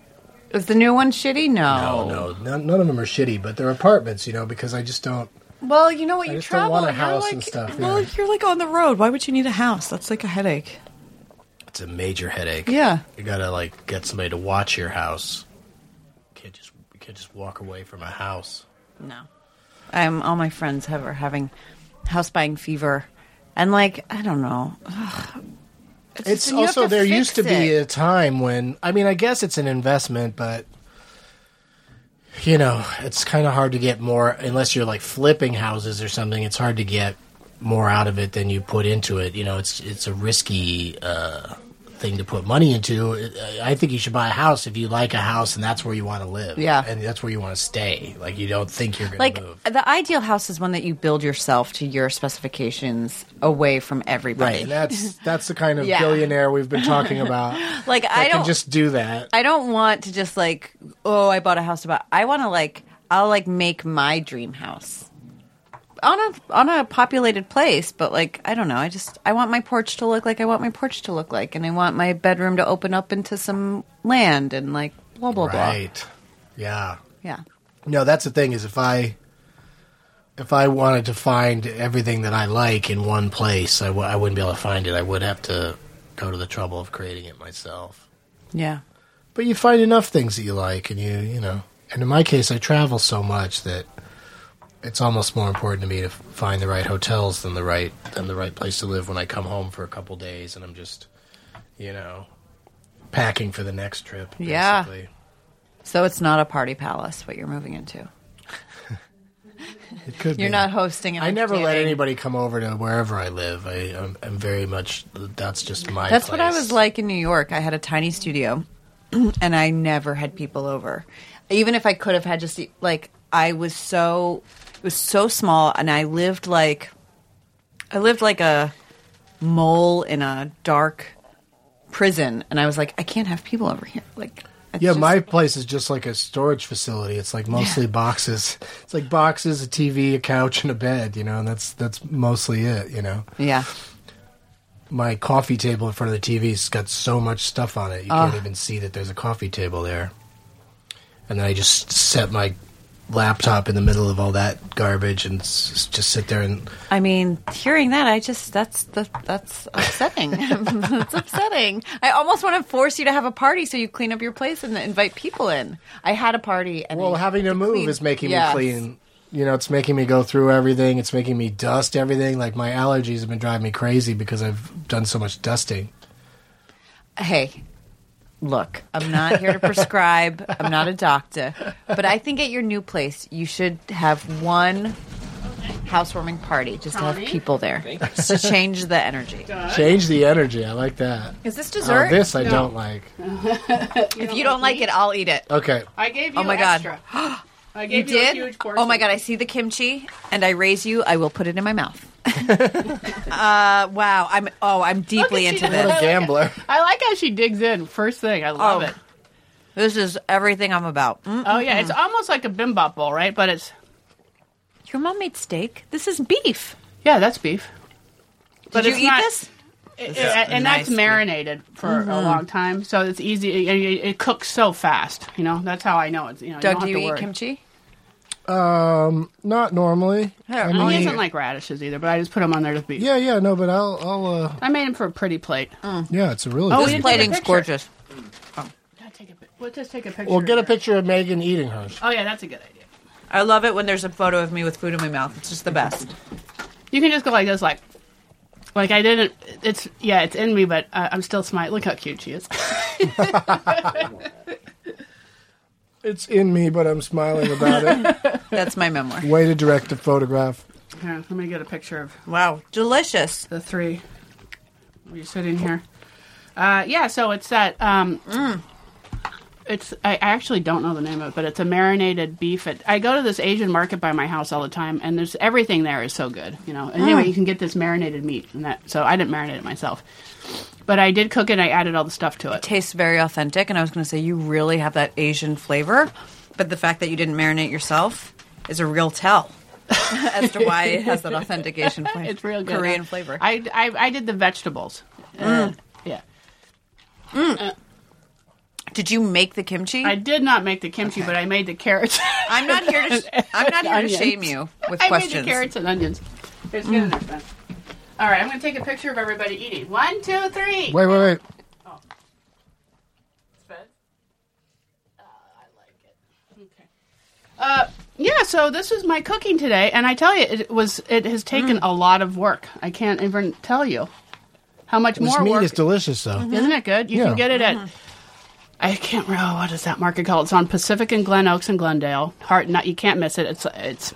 Speaker 5: Is the new one shitty? No.
Speaker 3: Oh, No, none, none of them are shitty, but they're apartments, you know, because I just don't.
Speaker 5: Well, you know what?
Speaker 3: I
Speaker 5: You
Speaker 3: just don't
Speaker 5: travel.
Speaker 3: want a
Speaker 5: you're
Speaker 3: house
Speaker 5: like,
Speaker 3: and stuff,
Speaker 5: Well,
Speaker 3: yeah.
Speaker 5: you're like on the road. Why would you need a house? That's like a headache.
Speaker 3: It's a major headache.
Speaker 5: Yeah.
Speaker 3: You gotta like get somebody to watch your house. You can't just you can't just walk away from a house.
Speaker 5: No. Um, all my friends have are having house buying fever, and like I don't know. Ugh.
Speaker 3: It's
Speaker 5: just- and you have
Speaker 3: also
Speaker 5: to
Speaker 3: there
Speaker 5: fix
Speaker 3: used to be
Speaker 5: it.
Speaker 3: a time when I mean I guess it's an investment, but you know it's kind of hard to get more unless you're like flipping houses or something. It's hard to get more out of it than you put into it. You know, it's it's a risky uh, thing to put money into. I- I think you should buy a house if you like a house and that's where you want to live.
Speaker 5: Yeah.
Speaker 3: and that's where you want to stay. Like you don't think you're gonna
Speaker 5: Like
Speaker 3: move.
Speaker 5: the ideal house is one that you build yourself to your specifications, away from everybody.
Speaker 3: Right, and that's that's the kind of
Speaker 5: Yeah.
Speaker 3: billionaire we've been talking about.
Speaker 5: Like
Speaker 3: that
Speaker 5: I
Speaker 3: can
Speaker 5: don't
Speaker 3: just do that.
Speaker 5: I don't want to just like, oh, I bought a house to buy. I want to like, I'll like make my dream house on a on a populated place. But like, I don't know. I just I want my porch to look like I want my porch to look like, and I want my bedroom to open up into some land and like blah blah
Speaker 3: right? Yeah.
Speaker 5: blah. Yeah.
Speaker 3: No, that's the thing is if I if I wanted to find everything that I like in one place, I, w- I wouldn't be able to find it. I would have to go to the trouble of creating it myself.
Speaker 5: Yeah.
Speaker 3: But you find enough things that you like, and you you know. And in my case, I travel so much that it's almost more important to me to f- find the right hotels than the right than the right place to live when I come home for a couple days, and I'm just you know packing for the next trip.
Speaker 5: Yeah.
Speaker 3: Basically.
Speaker 5: So it's not a party palace what you're moving into.
Speaker 3: It could
Speaker 5: You're
Speaker 3: be.
Speaker 5: not hosting. An
Speaker 3: I never let
Speaker 5: entertaining-
Speaker 3: anybody come over to wherever I live. I, I'm, I'm very much. That's just my.
Speaker 5: That's what I
Speaker 3: place.
Speaker 5: was like in New York. I had a tiny studio and I never had people over. Even if I could have had just like I was so it was so small and I lived like I lived like a mole in a dark prison and I was like I can't have people over here. Like it's
Speaker 3: Yeah,
Speaker 5: just-
Speaker 3: my place is just like a storage facility. It's like mostly boxes. It's like boxes, a TV, a couch, and a bed. You know, and that's that's mostly it. You know,
Speaker 5: Yeah.
Speaker 3: my coffee table in front of the TV's got so much stuff on it, you
Speaker 5: Ah.
Speaker 3: can't even see that there's a coffee table there. And then I just set my laptop in the middle of all that garbage and s- just sit there and
Speaker 5: I mean, hearing that, I just that's that, that's upsetting. that's upsetting. I almost want to force you to have a party so you clean up your place and invite people in. I had a party and
Speaker 3: Well,
Speaker 5: I-
Speaker 3: having to move
Speaker 5: clean-
Speaker 3: is making
Speaker 5: Yes.
Speaker 3: me clean. You know, it's making me go through everything. It's making me dust everything. Like my allergies have been driving me crazy because I've done so much dusting.
Speaker 5: Hey, look, I'm not here to prescribe. I'm not a doctor. But I think at your new place, you should have one housewarming party just to have people there to change the energy.
Speaker 3: Change the energy. I like that.
Speaker 5: Is this
Speaker 3: Oh,
Speaker 5: dessert?
Speaker 3: this I don't like.
Speaker 5: if you don't like it, I'll eat it.
Speaker 3: Okay.
Speaker 4: I gave you
Speaker 5: Oh my God.
Speaker 4: extra. I
Speaker 5: You
Speaker 4: gave you, a
Speaker 5: did?
Speaker 4: huge portion.
Speaker 5: Oh my god, I see the kimchi and I raise you, I will put it in my mouth. uh, wow, I'm oh, I'm deeply
Speaker 4: at you.
Speaker 5: into
Speaker 3: What a
Speaker 5: this.
Speaker 3: gambler.
Speaker 4: I like how she digs in first thing. I love
Speaker 5: Oh.
Speaker 4: it.
Speaker 5: This is everything I'm about. Mm.
Speaker 4: Oh yeah, it's almost like a bimbop bowl, right? But it's
Speaker 5: Your mom made steak. This is beef.
Speaker 4: yeah, that's beef. But
Speaker 5: Did
Speaker 4: it's
Speaker 5: you eat
Speaker 4: not-
Speaker 5: this?
Speaker 4: It- and and
Speaker 5: nice
Speaker 4: that's marinated for a long time, so it's easy. It, it, it cooks so fast, you know. That's how I know it's. You know,
Speaker 5: Doug,
Speaker 4: you don't
Speaker 5: do you
Speaker 4: have to
Speaker 5: eat
Speaker 4: worry.
Speaker 5: kimchi?
Speaker 3: Not normally. I
Speaker 4: He
Speaker 3: mean,
Speaker 4: doesn't like radishes either, but I just put them on there to be.
Speaker 3: yeah, yeah, no, but I'll, I'll, uh,
Speaker 4: I made him for a pretty plate.
Speaker 3: yeah, it's a really.
Speaker 4: Oh,
Speaker 3: good
Speaker 4: we
Speaker 5: This
Speaker 4: didn't
Speaker 3: one.
Speaker 4: take a
Speaker 5: plating's
Speaker 4: picture.
Speaker 5: gorgeous.
Speaker 4: Gotta take a pic- Let's just take a picture.
Speaker 3: Well, get a
Speaker 4: here.
Speaker 3: picture of Megan eating hers.
Speaker 4: Oh yeah, that's a good idea.
Speaker 5: I love it when there's a photo of me with food in my mouth. It's just the best.
Speaker 4: You can just go like this, like, like I didn't. It's yeah, it's in me, but uh, I'm still smiling. Look how cute she is.
Speaker 3: It's in me, but I'm smiling about it.
Speaker 5: That's my memoir.
Speaker 3: Way to direct a photograph.
Speaker 4: here, let me get a picture of
Speaker 5: Wow, delicious.
Speaker 4: the three. Are you sitting here? Uh, yeah, so it's that. Um,
Speaker 5: Mm.
Speaker 4: It's I actually don't know the name of it, but it's a marinated beef. At, I go to this Asian market by my house all the time, and there's everything there is so good, you know. And
Speaker 5: Mm.
Speaker 4: anyway, you can get this marinated meat, and that. So I didn't marinate it myself, but I did cook it. and I added all the stuff to it.
Speaker 5: tastes very authentic, and I was going to say you really have that Asian flavor, but the fact that you didn't marinate yourself is a real tell as to why it has that authentic Asian flavor.
Speaker 4: It's real good.
Speaker 5: Korean
Speaker 4: I-
Speaker 5: flavor. Mm.
Speaker 4: I, I I did the vegetables. Uh, yeah.
Speaker 5: Did you make the kimchi?
Speaker 4: I did not make the kimchi, but I made the carrots.
Speaker 5: am not here to. I'm not here to
Speaker 4: Onions.
Speaker 5: shame you with
Speaker 4: I made
Speaker 5: questions. Mm.
Speaker 4: the carrots and onions. It's good enough then. All right, I'm going to take a picture of everybody eating. One, two, three.
Speaker 3: Wait, wait, wait.
Speaker 4: Ah, Uh, Yeah, so this is my cooking today, and I tell you, it was it has taken
Speaker 5: Mm.
Speaker 4: a lot of work. I can't even tell you how much
Speaker 10: This
Speaker 4: more
Speaker 10: meat
Speaker 4: work.
Speaker 10: is delicious, though.
Speaker 4: Isn't it good? You
Speaker 3: Yeah.
Speaker 4: can get it at. I can't remember what is that market called. It's on Pacific and Glen Oaks and Glendale. Heart, not you can't miss it. It's it's.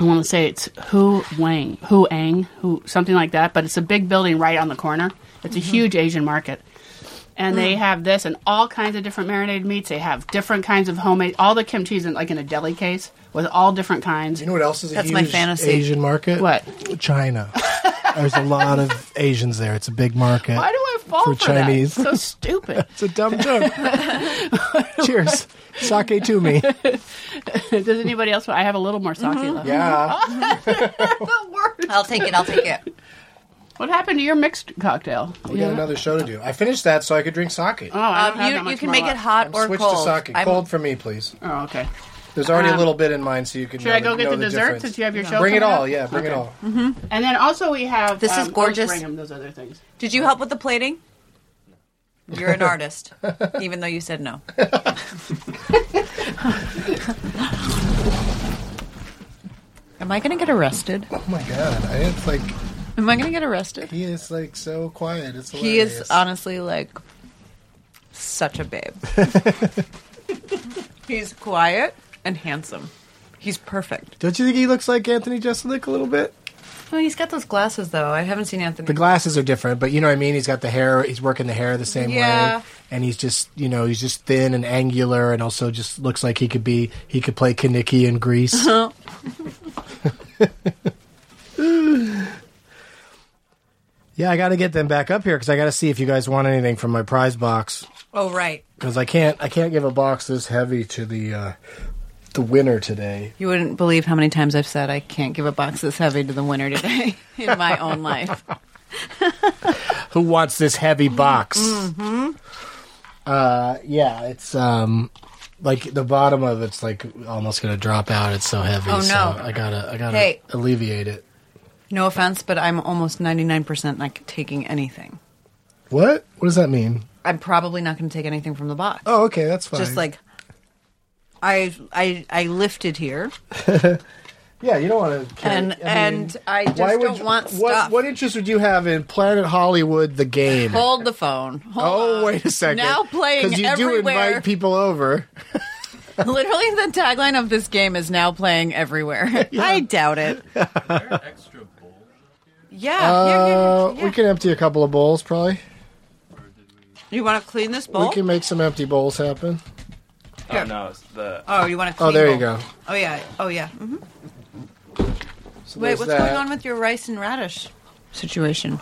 Speaker 4: I want to say it's Hu Wang, Hu Ang, Hu something like that. But it's a big building right on the corner. It's a huge Asian market, and they have this and all kinds of different marinated meats. They have different kinds of homemade. All the kimchi's in like in a deli case with all different kinds.
Speaker 3: You know what else is a
Speaker 5: That's
Speaker 3: huge
Speaker 5: my fantasy.
Speaker 10: Asian market?
Speaker 4: What?
Speaker 10: China. There's a lot of Asians there. It's a big market.
Speaker 4: Why do I fall for,
Speaker 10: For Chinese.
Speaker 4: that? It's so stupid.
Speaker 10: It's a dumb joke. Cheers. Sake to me.
Speaker 4: Does anybody else? I have a little more sake left.
Speaker 3: Yeah.
Speaker 4: The worst.
Speaker 5: I'll take it. I'll take it.
Speaker 4: What happened to your mixed cocktail?
Speaker 3: We got another show to do. I finished that so I could drink sake.
Speaker 4: Oh, I don't
Speaker 5: Um,
Speaker 4: have that
Speaker 5: you you
Speaker 4: much
Speaker 5: can
Speaker 4: more
Speaker 5: make it
Speaker 4: left.
Speaker 5: hot
Speaker 3: I'm
Speaker 5: or
Speaker 3: switched
Speaker 5: cold.
Speaker 3: to sake.
Speaker 5: I'm-
Speaker 3: Cold for me, please.
Speaker 4: Oh, okay.
Speaker 3: There's already
Speaker 4: Um,
Speaker 3: a little bit in mine, so you can.
Speaker 4: Should
Speaker 3: know
Speaker 4: I go
Speaker 3: the-
Speaker 4: get
Speaker 3: know
Speaker 4: the
Speaker 3: the
Speaker 4: dessert
Speaker 3: difference.
Speaker 4: since you have your show?
Speaker 3: Bring it
Speaker 4: coming
Speaker 3: all,
Speaker 4: up?
Speaker 3: yeah. Bring it
Speaker 4: Okay. Mm-hmm.
Speaker 3: all.
Speaker 4: And then also we have
Speaker 5: This is
Speaker 4: um, oh,
Speaker 5: gorgeous.
Speaker 4: Bring him those other things.
Speaker 5: Did you help with the plating? You're an artist, even though you said no. Am I going to get arrested?
Speaker 3: Oh my god! I, it's like
Speaker 5: Am I going to get arrested?
Speaker 3: he is like so quiet. It's
Speaker 5: He is
Speaker 3: hilarious.
Speaker 5: honestly like such a babe. He's quiet and handsome. He's perfect.
Speaker 3: Don't you think he looks like Anthony Jeselnik a little bit?
Speaker 5: Well, he's got those glasses though. I haven't seen Anthony.
Speaker 3: The glasses are different, but you know what I mean. He's got the hair. He's working the hair the same
Speaker 5: Yeah.
Speaker 3: way, and he's just you know he's just thin and angular, and also just looks like he could be he could play Kaniki in Greece. yeah, I got to get them back up here because I got to see if you guys want anything from my prize box
Speaker 5: oh right,
Speaker 3: because I can't I can't give a box this heavy to the uh, the winner today.
Speaker 5: you wouldn't believe how many times I've said I can't give a box this heavy to the winner today in my own life.
Speaker 3: Who wants this heavy box?
Speaker 5: Mm-hmm.
Speaker 3: Uh, yeah, it's um, like the bottom of it's like almost gonna drop out. It's so heavy.
Speaker 5: Oh,
Speaker 3: so
Speaker 5: no.
Speaker 3: I gotta, I gotta
Speaker 5: Hey.
Speaker 3: alleviate it.
Speaker 5: No offense, but I'm almost 99% not taking anything.
Speaker 3: What? What does that mean?
Speaker 5: I'm probably not going to take anything from the box.
Speaker 3: Oh, okay, that's fine.
Speaker 5: Just like I I I lifted here.
Speaker 3: Yeah, you don't want to. Carry,
Speaker 5: And-
Speaker 3: I mean,
Speaker 5: and I just
Speaker 3: why would
Speaker 5: don't
Speaker 3: you-
Speaker 5: want
Speaker 3: what,
Speaker 5: stuff.
Speaker 3: What interest would you have in Planet Hollywood, the game?
Speaker 5: Hold the phone. Hold
Speaker 3: oh,
Speaker 5: on.
Speaker 3: wait a second.
Speaker 5: Now playing
Speaker 3: you do
Speaker 5: everywhere.
Speaker 3: invite people over.
Speaker 5: Literally, the tagline of this game is now playing everywhere. I doubt it.
Speaker 8: Extra bowl.
Speaker 5: Yeah. yeah, yeah,
Speaker 3: Uh,
Speaker 5: yeah.
Speaker 3: We can empty a couple of bowls, probably.
Speaker 5: you want to clean this bowl?
Speaker 3: We can make some empty bowls happen.
Speaker 8: Oh no, it's the
Speaker 5: oh, you want to clean
Speaker 3: Oh, there you
Speaker 5: bowl.
Speaker 3: go.
Speaker 5: Oh, yeah. Oh, yeah. hmm
Speaker 3: So
Speaker 5: Wait,
Speaker 3: there's
Speaker 5: what's
Speaker 3: that.
Speaker 5: going on with your rice and radish situation?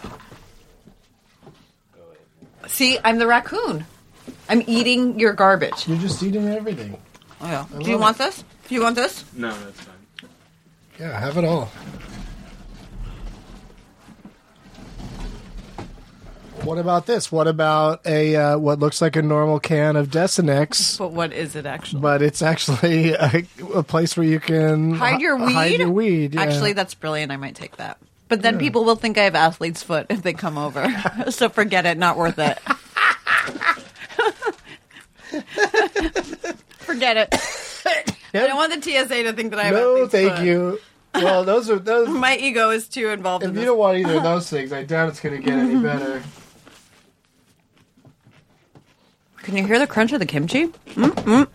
Speaker 5: See, I'm the raccoon. I'm eating your garbage.
Speaker 3: You're just eating everything.
Speaker 5: Oh, yeah. Do you want this? Do you want this?
Speaker 8: no, that's fine.
Speaker 3: Yeah, have it all. What about this? What about a uh, what looks like a normal can of Desinex,
Speaker 5: But what is it actually?
Speaker 3: but it's actually a, a place where you can
Speaker 5: hide your
Speaker 3: hi-
Speaker 5: weed.
Speaker 3: Hide your weed. yeah.
Speaker 5: Actually, that's brilliant. I might take that. But then people will think I have athlete's foot if they come over. so forget it. Not worth it. forget it. I don't want the TSA to think that I have
Speaker 3: no,
Speaker 5: athlete's
Speaker 3: thank
Speaker 5: foot.
Speaker 3: you. Well, those are those.
Speaker 5: My ego is too involved
Speaker 3: if
Speaker 5: in
Speaker 3: you
Speaker 5: this.
Speaker 3: don't want either of those things, I doubt it's going to get any better.
Speaker 5: Can you hear the crunch of the kimchi?
Speaker 3: Yeah, I don't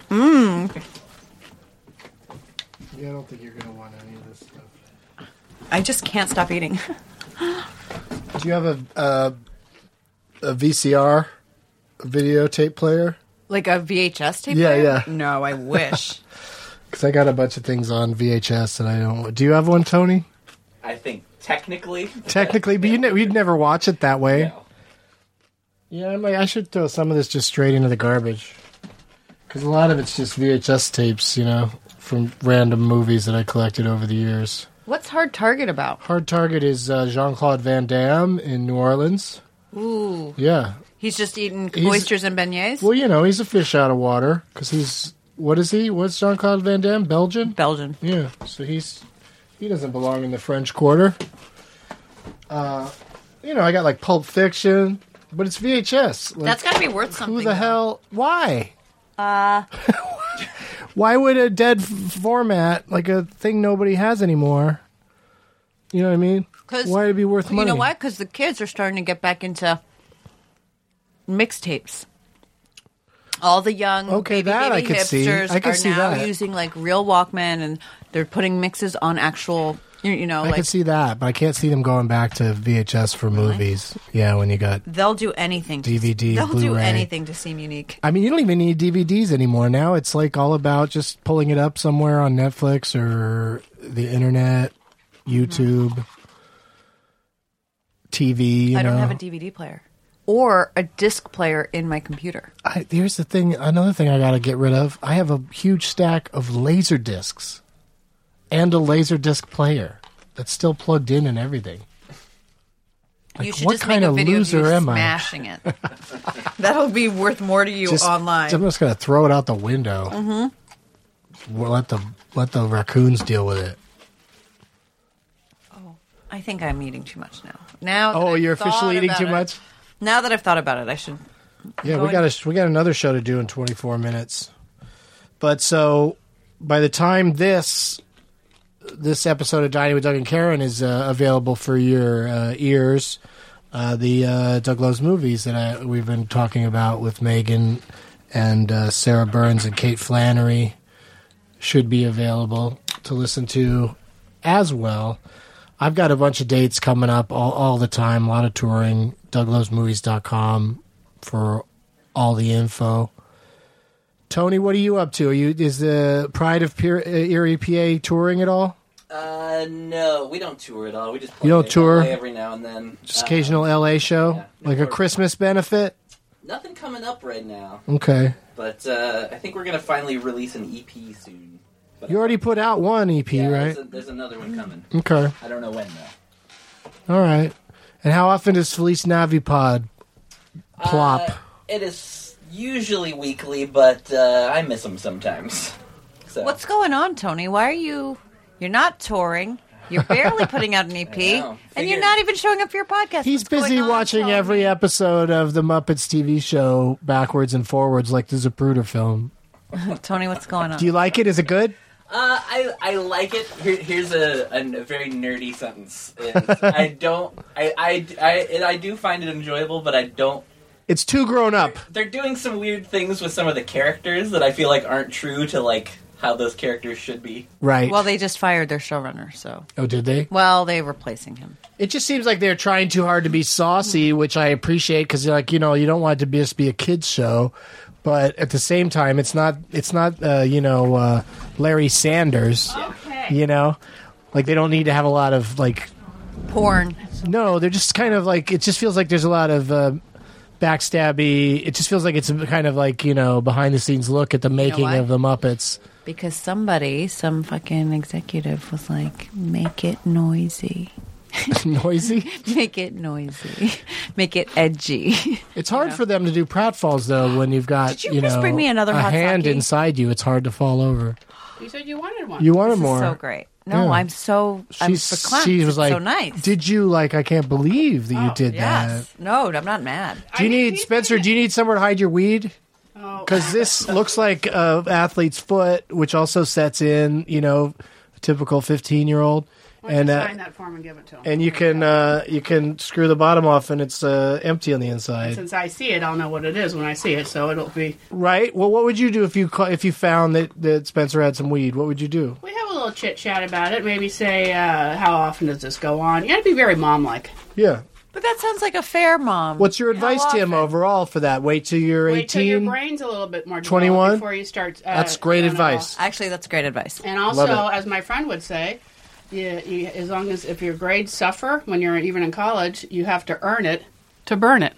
Speaker 3: think you're going to want any of this stuff.
Speaker 5: I just can't stop eating.
Speaker 3: Do you have a uh, a VCR a videotape player?
Speaker 5: like a VHS tape?
Speaker 3: Yeah,
Speaker 5: player?
Speaker 3: yeah.
Speaker 5: No, I wish.
Speaker 3: Because I got a bunch of things on VHS that I don't. Do you have one, Tony?
Speaker 7: I think technically.
Speaker 3: Technically, but you ne- you'd never watch it that way.
Speaker 7: No.
Speaker 3: Yeah, I'm like, I should throw some of this just straight into the garbage. Because a lot of it's just VHS tapes, you know, from random movies that I collected over the years.
Speaker 5: What's Hard Target about?
Speaker 3: Hard Target is uh, Jean Claude Van Damme in New Orleans.
Speaker 5: Ooh.
Speaker 3: Yeah.
Speaker 5: He's just eating
Speaker 3: He's-
Speaker 5: oysters and beignets?
Speaker 3: Well, you know, he's a fish out of water. Because he's. What is he? What's Jean Claude Van Damme? Belgian?
Speaker 5: Belgian.
Speaker 3: Yeah, so he's he doesn't belong in the French Quarter. Uh, you know, I got like Pulp Fiction, but it's VHS. Like,
Speaker 5: That's got to be worth something.
Speaker 3: who the
Speaker 5: though.
Speaker 3: hell? Why? Uh, why would a dead f- format like a thing nobody has anymore? You know what I mean?
Speaker 5: 'Cause
Speaker 3: Why would it be worth money?
Speaker 5: You know why? Because the kids are starting to get back into mixtapes. All the young
Speaker 3: Okay,
Speaker 5: baby,
Speaker 3: that
Speaker 5: baby
Speaker 3: I could see.
Speaker 5: hipsters
Speaker 3: I could
Speaker 5: are
Speaker 3: see
Speaker 5: now
Speaker 3: that.
Speaker 5: using like real Walkman, and they're putting mixes on actual. You, you know,
Speaker 3: I
Speaker 5: like
Speaker 3: can see that, but I can't see them going back to VHS for movies. Yeah, when you got
Speaker 5: they'll do anything. to-
Speaker 3: DVD,
Speaker 5: They'll do
Speaker 3: Blu-ray.
Speaker 5: anything to seem unique.
Speaker 3: I mean, you don't even need DVDs anymore. Now it's like all about just pulling it up somewhere on Netflix or the internet, YouTube, TV. You
Speaker 5: I don't
Speaker 3: know.
Speaker 5: have a DVD player or a disc player in my computer.
Speaker 3: I, here's the thing. Another thing I got to get rid of. I have a huge stack of laser discs and a laser disc player that's still plugged in and everything.
Speaker 5: you
Speaker 3: Like,
Speaker 5: should
Speaker 3: what
Speaker 5: just
Speaker 3: kind
Speaker 5: make a
Speaker 3: of
Speaker 5: video
Speaker 3: loser
Speaker 5: of you
Speaker 3: am I?
Speaker 5: smashing it. That'll be worth more to you
Speaker 3: Just-
Speaker 5: online.
Speaker 3: I'm just gonna throw it out the window. Mm-hmm.
Speaker 5: Mm-hmm.
Speaker 3: We'll let the let the raccoons deal with it.
Speaker 5: I think I'm eating too much now. Now, that
Speaker 3: Oh,
Speaker 5: I've
Speaker 3: you're
Speaker 5: thought
Speaker 3: officially eating
Speaker 5: about
Speaker 3: too
Speaker 5: it-
Speaker 3: much.
Speaker 5: Now that I've thought about it, I should.
Speaker 3: Yeah, we
Speaker 5: going-
Speaker 3: got a, sh- we got another show to do in 24 minutes. But so by the time this this episode of Dining with Doug and Karen is uh, available for your uh, ears, uh, the uh, Doug Loves movies that I, we've been talking about with Megan and uh, Sarah Burns and Kate Flannery should be available to listen to as well. I've got a bunch of dates coming up all, all the time, a lot of touring. DougLovesMovies.com for all the info. Tony, what are you up to? Are you is the Pride of Pier, uh, Erie, PA touring at all?
Speaker 7: Uh, no, we don't tour at all. We just play
Speaker 3: You don't
Speaker 7: it
Speaker 3: tour?
Speaker 7: LA every now and then.
Speaker 3: Just
Speaker 7: Uh,
Speaker 3: occasional LA show,
Speaker 7: yeah.
Speaker 3: like a Christmas benefit.
Speaker 7: Nothing coming up right now,
Speaker 3: Okay,
Speaker 7: but uh, I think we're gonna finally release an EP soon. But
Speaker 3: you already put out one EP,
Speaker 7: yeah,
Speaker 3: right?
Speaker 7: There's, a- there's another one coming.
Speaker 3: okay,
Speaker 7: I don't know when though.
Speaker 3: all right. And how often does Felice Navipod plop?
Speaker 7: Uh, it is usually weekly, but uh, I miss them sometimes. So
Speaker 5: What's going on, Tony? Why are you? You're not touring. You're barely putting out an EP,
Speaker 7: know.
Speaker 5: and you're
Speaker 7: Figured-
Speaker 5: not even showing up for your podcast.
Speaker 3: He's
Speaker 5: What's going
Speaker 3: busy
Speaker 5: on,
Speaker 3: watching
Speaker 5: Tony?
Speaker 3: every episode of the Muppets TV show backwards and forwards, like the Zapruder film.
Speaker 5: Tony, what's going on?
Speaker 3: Do you like it? Is it good?
Speaker 7: Uh, I, I like it. Here, here's a, a very nerdy sentence. It's, I don't. I, I, I, and I do find it enjoyable, but I don't.
Speaker 3: It's too grown up.
Speaker 7: They're doing some weird things with some of the characters that I feel like aren't true to like how those characters should be.
Speaker 3: Right.
Speaker 5: Well, they just fired their showrunner, so
Speaker 11: Oh, did they?
Speaker 5: well, they're replacing him.
Speaker 3: It just seems like they're trying too hard to be saucy, which I appreciate because like you know you don't want it to be, just be a kids show, but at the same time it's not it's not uh, you know uh, Larry Sanders,
Speaker 4: Okay.
Speaker 3: you know, like they don't need to have a lot of like
Speaker 5: Porn.
Speaker 3: no they're just kind of like it just feels like there's a lot of uh, backstabby. It just feels like it's a kind of like you know behind the scenes look at the making
Speaker 5: what?
Speaker 3: of the Muppets.
Speaker 5: Because somebody, some fucking executive was like, make it noisy.
Speaker 3: Noisy.
Speaker 5: Make it noisy. Make it edgy.
Speaker 3: It's hard for them to do pratfalls though when you've got
Speaker 5: Did you
Speaker 3: you, know
Speaker 5: just bring me another
Speaker 3: a
Speaker 5: hot
Speaker 3: hand
Speaker 5: sake?
Speaker 3: inside you. It's hard to fall over.
Speaker 4: You said you wanted one.
Speaker 3: You wanted
Speaker 5: This is
Speaker 3: more.
Speaker 5: so great. No,
Speaker 3: Yeah.
Speaker 5: I'm so I'm
Speaker 3: She's-
Speaker 5: verklempt.
Speaker 3: she was
Speaker 5: It's
Speaker 3: like,
Speaker 5: so nice. Oh,
Speaker 3: Did you like? I can't believe that you did
Speaker 5: yes. No, I'm not mad.
Speaker 3: that. Do you
Speaker 4: I think
Speaker 3: need
Speaker 4: he's
Speaker 3: Spencer?
Speaker 4: good.
Speaker 3: Do you need somewhere to hide your weed?
Speaker 4: Oh,
Speaker 3: Because this looks like uh, athlete's foot, which also sets in. You know, typical fifteen-year-old,
Speaker 4: why don't
Speaker 3: and
Speaker 4: you
Speaker 3: uh,
Speaker 4: sign that form and give it to him.
Speaker 3: and you can uh, you can screw the bottom off, and it's uh, empty on the inside.
Speaker 4: Since I see it, I'll know what it is when I see it, so it'll be.
Speaker 3: Right. Well, what would you do if you ca- if you found that that Spencer had some weed? What would you do?
Speaker 4: We have a little chit chat about it. Maybe say, uh, how often does this go on? You got to be very mom like.
Speaker 3: Yeah.
Speaker 5: But that sounds like a fair mom.
Speaker 3: What's your advice to him
Speaker 5: often?
Speaker 3: overall for that? Wait till you're
Speaker 4: Wait till your
Speaker 3: eighteen.
Speaker 4: brain's a little bit more developed
Speaker 3: 21?
Speaker 4: before you start. Uh,
Speaker 3: That's great
Speaker 4: going off.
Speaker 3: advice.
Speaker 5: Actually, that's great advice.
Speaker 4: And also,
Speaker 3: Love
Speaker 4: as my friend would say, you, you, as long as if your grades suffer when you're even in college, you have to earn it to burn it.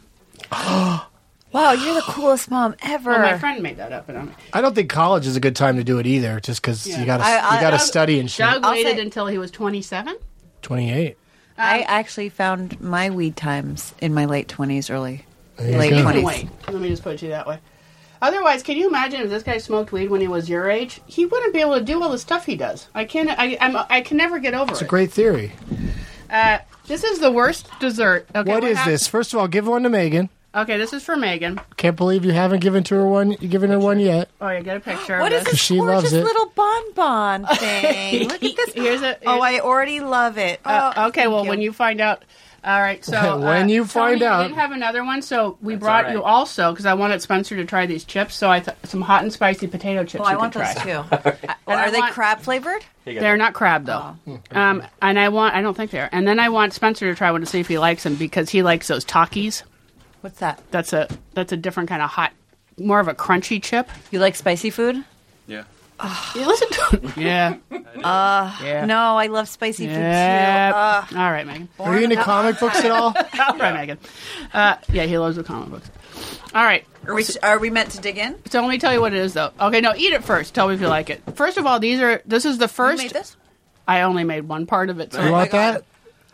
Speaker 5: Wow, you're the coolest mom ever.
Speaker 4: Well, my friend made that up, and I'm,
Speaker 3: I don't think college is a good time to do it either, just because
Speaker 4: Yeah.
Speaker 3: you got to
Speaker 5: I-
Speaker 3: you got
Speaker 5: I-
Speaker 3: to study and shit.
Speaker 4: Doug
Speaker 5: I'll
Speaker 4: waited
Speaker 5: say-
Speaker 4: until he was 27.
Speaker 3: Twenty eight.
Speaker 4: uh,
Speaker 5: I actually found my weed times in my late 20s, early
Speaker 3: you
Speaker 5: late
Speaker 3: go. You can
Speaker 4: Couldn't
Speaker 5: 20s.
Speaker 4: wait. Let me just put it to you that way. Otherwise, can you imagine if this guy smoked weed when he was your age? He wouldn't be able to do all the stuff he does. I can't. I, I'm, I can never get over
Speaker 3: It's a
Speaker 4: it.
Speaker 3: great theory.
Speaker 4: uh, this is the worst dessert. Okay,
Speaker 3: what is
Speaker 4: hap-
Speaker 3: this? First of all, give one to Megan.
Speaker 4: Okay, this is for Megan.
Speaker 3: Can't believe you haven't given to her one. You given her one yet?
Speaker 4: Oh, you get a picture.
Speaker 5: What
Speaker 4: of
Speaker 5: is
Speaker 4: this.
Speaker 5: this
Speaker 3: She
Speaker 5: gorgeous
Speaker 3: loves it.
Speaker 5: little bonbon thing? Look at this.
Speaker 4: Here's a.
Speaker 5: Oh, I already love it.
Speaker 4: Uh,
Speaker 5: oh,
Speaker 4: okay, well,
Speaker 5: thank
Speaker 4: when you find out. All right, so uh,
Speaker 3: When you find
Speaker 4: Tony,
Speaker 3: out.
Speaker 4: we didn't have another one, so we brought
Speaker 7: all
Speaker 4: you
Speaker 7: right.
Speaker 4: also because I wanted Spencer to try these chips. So I th- some hot and spicy potato chips.
Speaker 5: oh,
Speaker 4: you
Speaker 5: I want
Speaker 4: could
Speaker 5: those
Speaker 4: try.
Speaker 5: too. Uh, Are
Speaker 4: I
Speaker 5: they
Speaker 4: want-
Speaker 5: crab flavored?
Speaker 4: They're not crab though.
Speaker 5: Hmm.
Speaker 4: Um, and I want I don't think they are. And then I want Spencer to try one to see if he likes them because he likes those Takis.
Speaker 5: What's that?
Speaker 4: That's a that's a different kind of hot, more of a crunchy chip.
Speaker 5: You like spicy food?
Speaker 8: Yeah.
Speaker 4: You listen to yeah. yeah.
Speaker 5: Uh, No, I love spicy Uh,
Speaker 4: Yeah.
Speaker 5: food too.
Speaker 4: All right, Megan.
Speaker 3: Are you into comic books at all?
Speaker 4: All right, Megan. Uh, yeah, he loves the comic books. All right.
Speaker 5: Uh, are, we, are we meant to dig in?
Speaker 4: So let me tell you what it is, though. Okay, no, eat it first. Tell me if you like it. First of all, these are. This is the
Speaker 5: You
Speaker 4: first.
Speaker 5: made this?
Speaker 4: I only made one part of it. So
Speaker 3: You want that?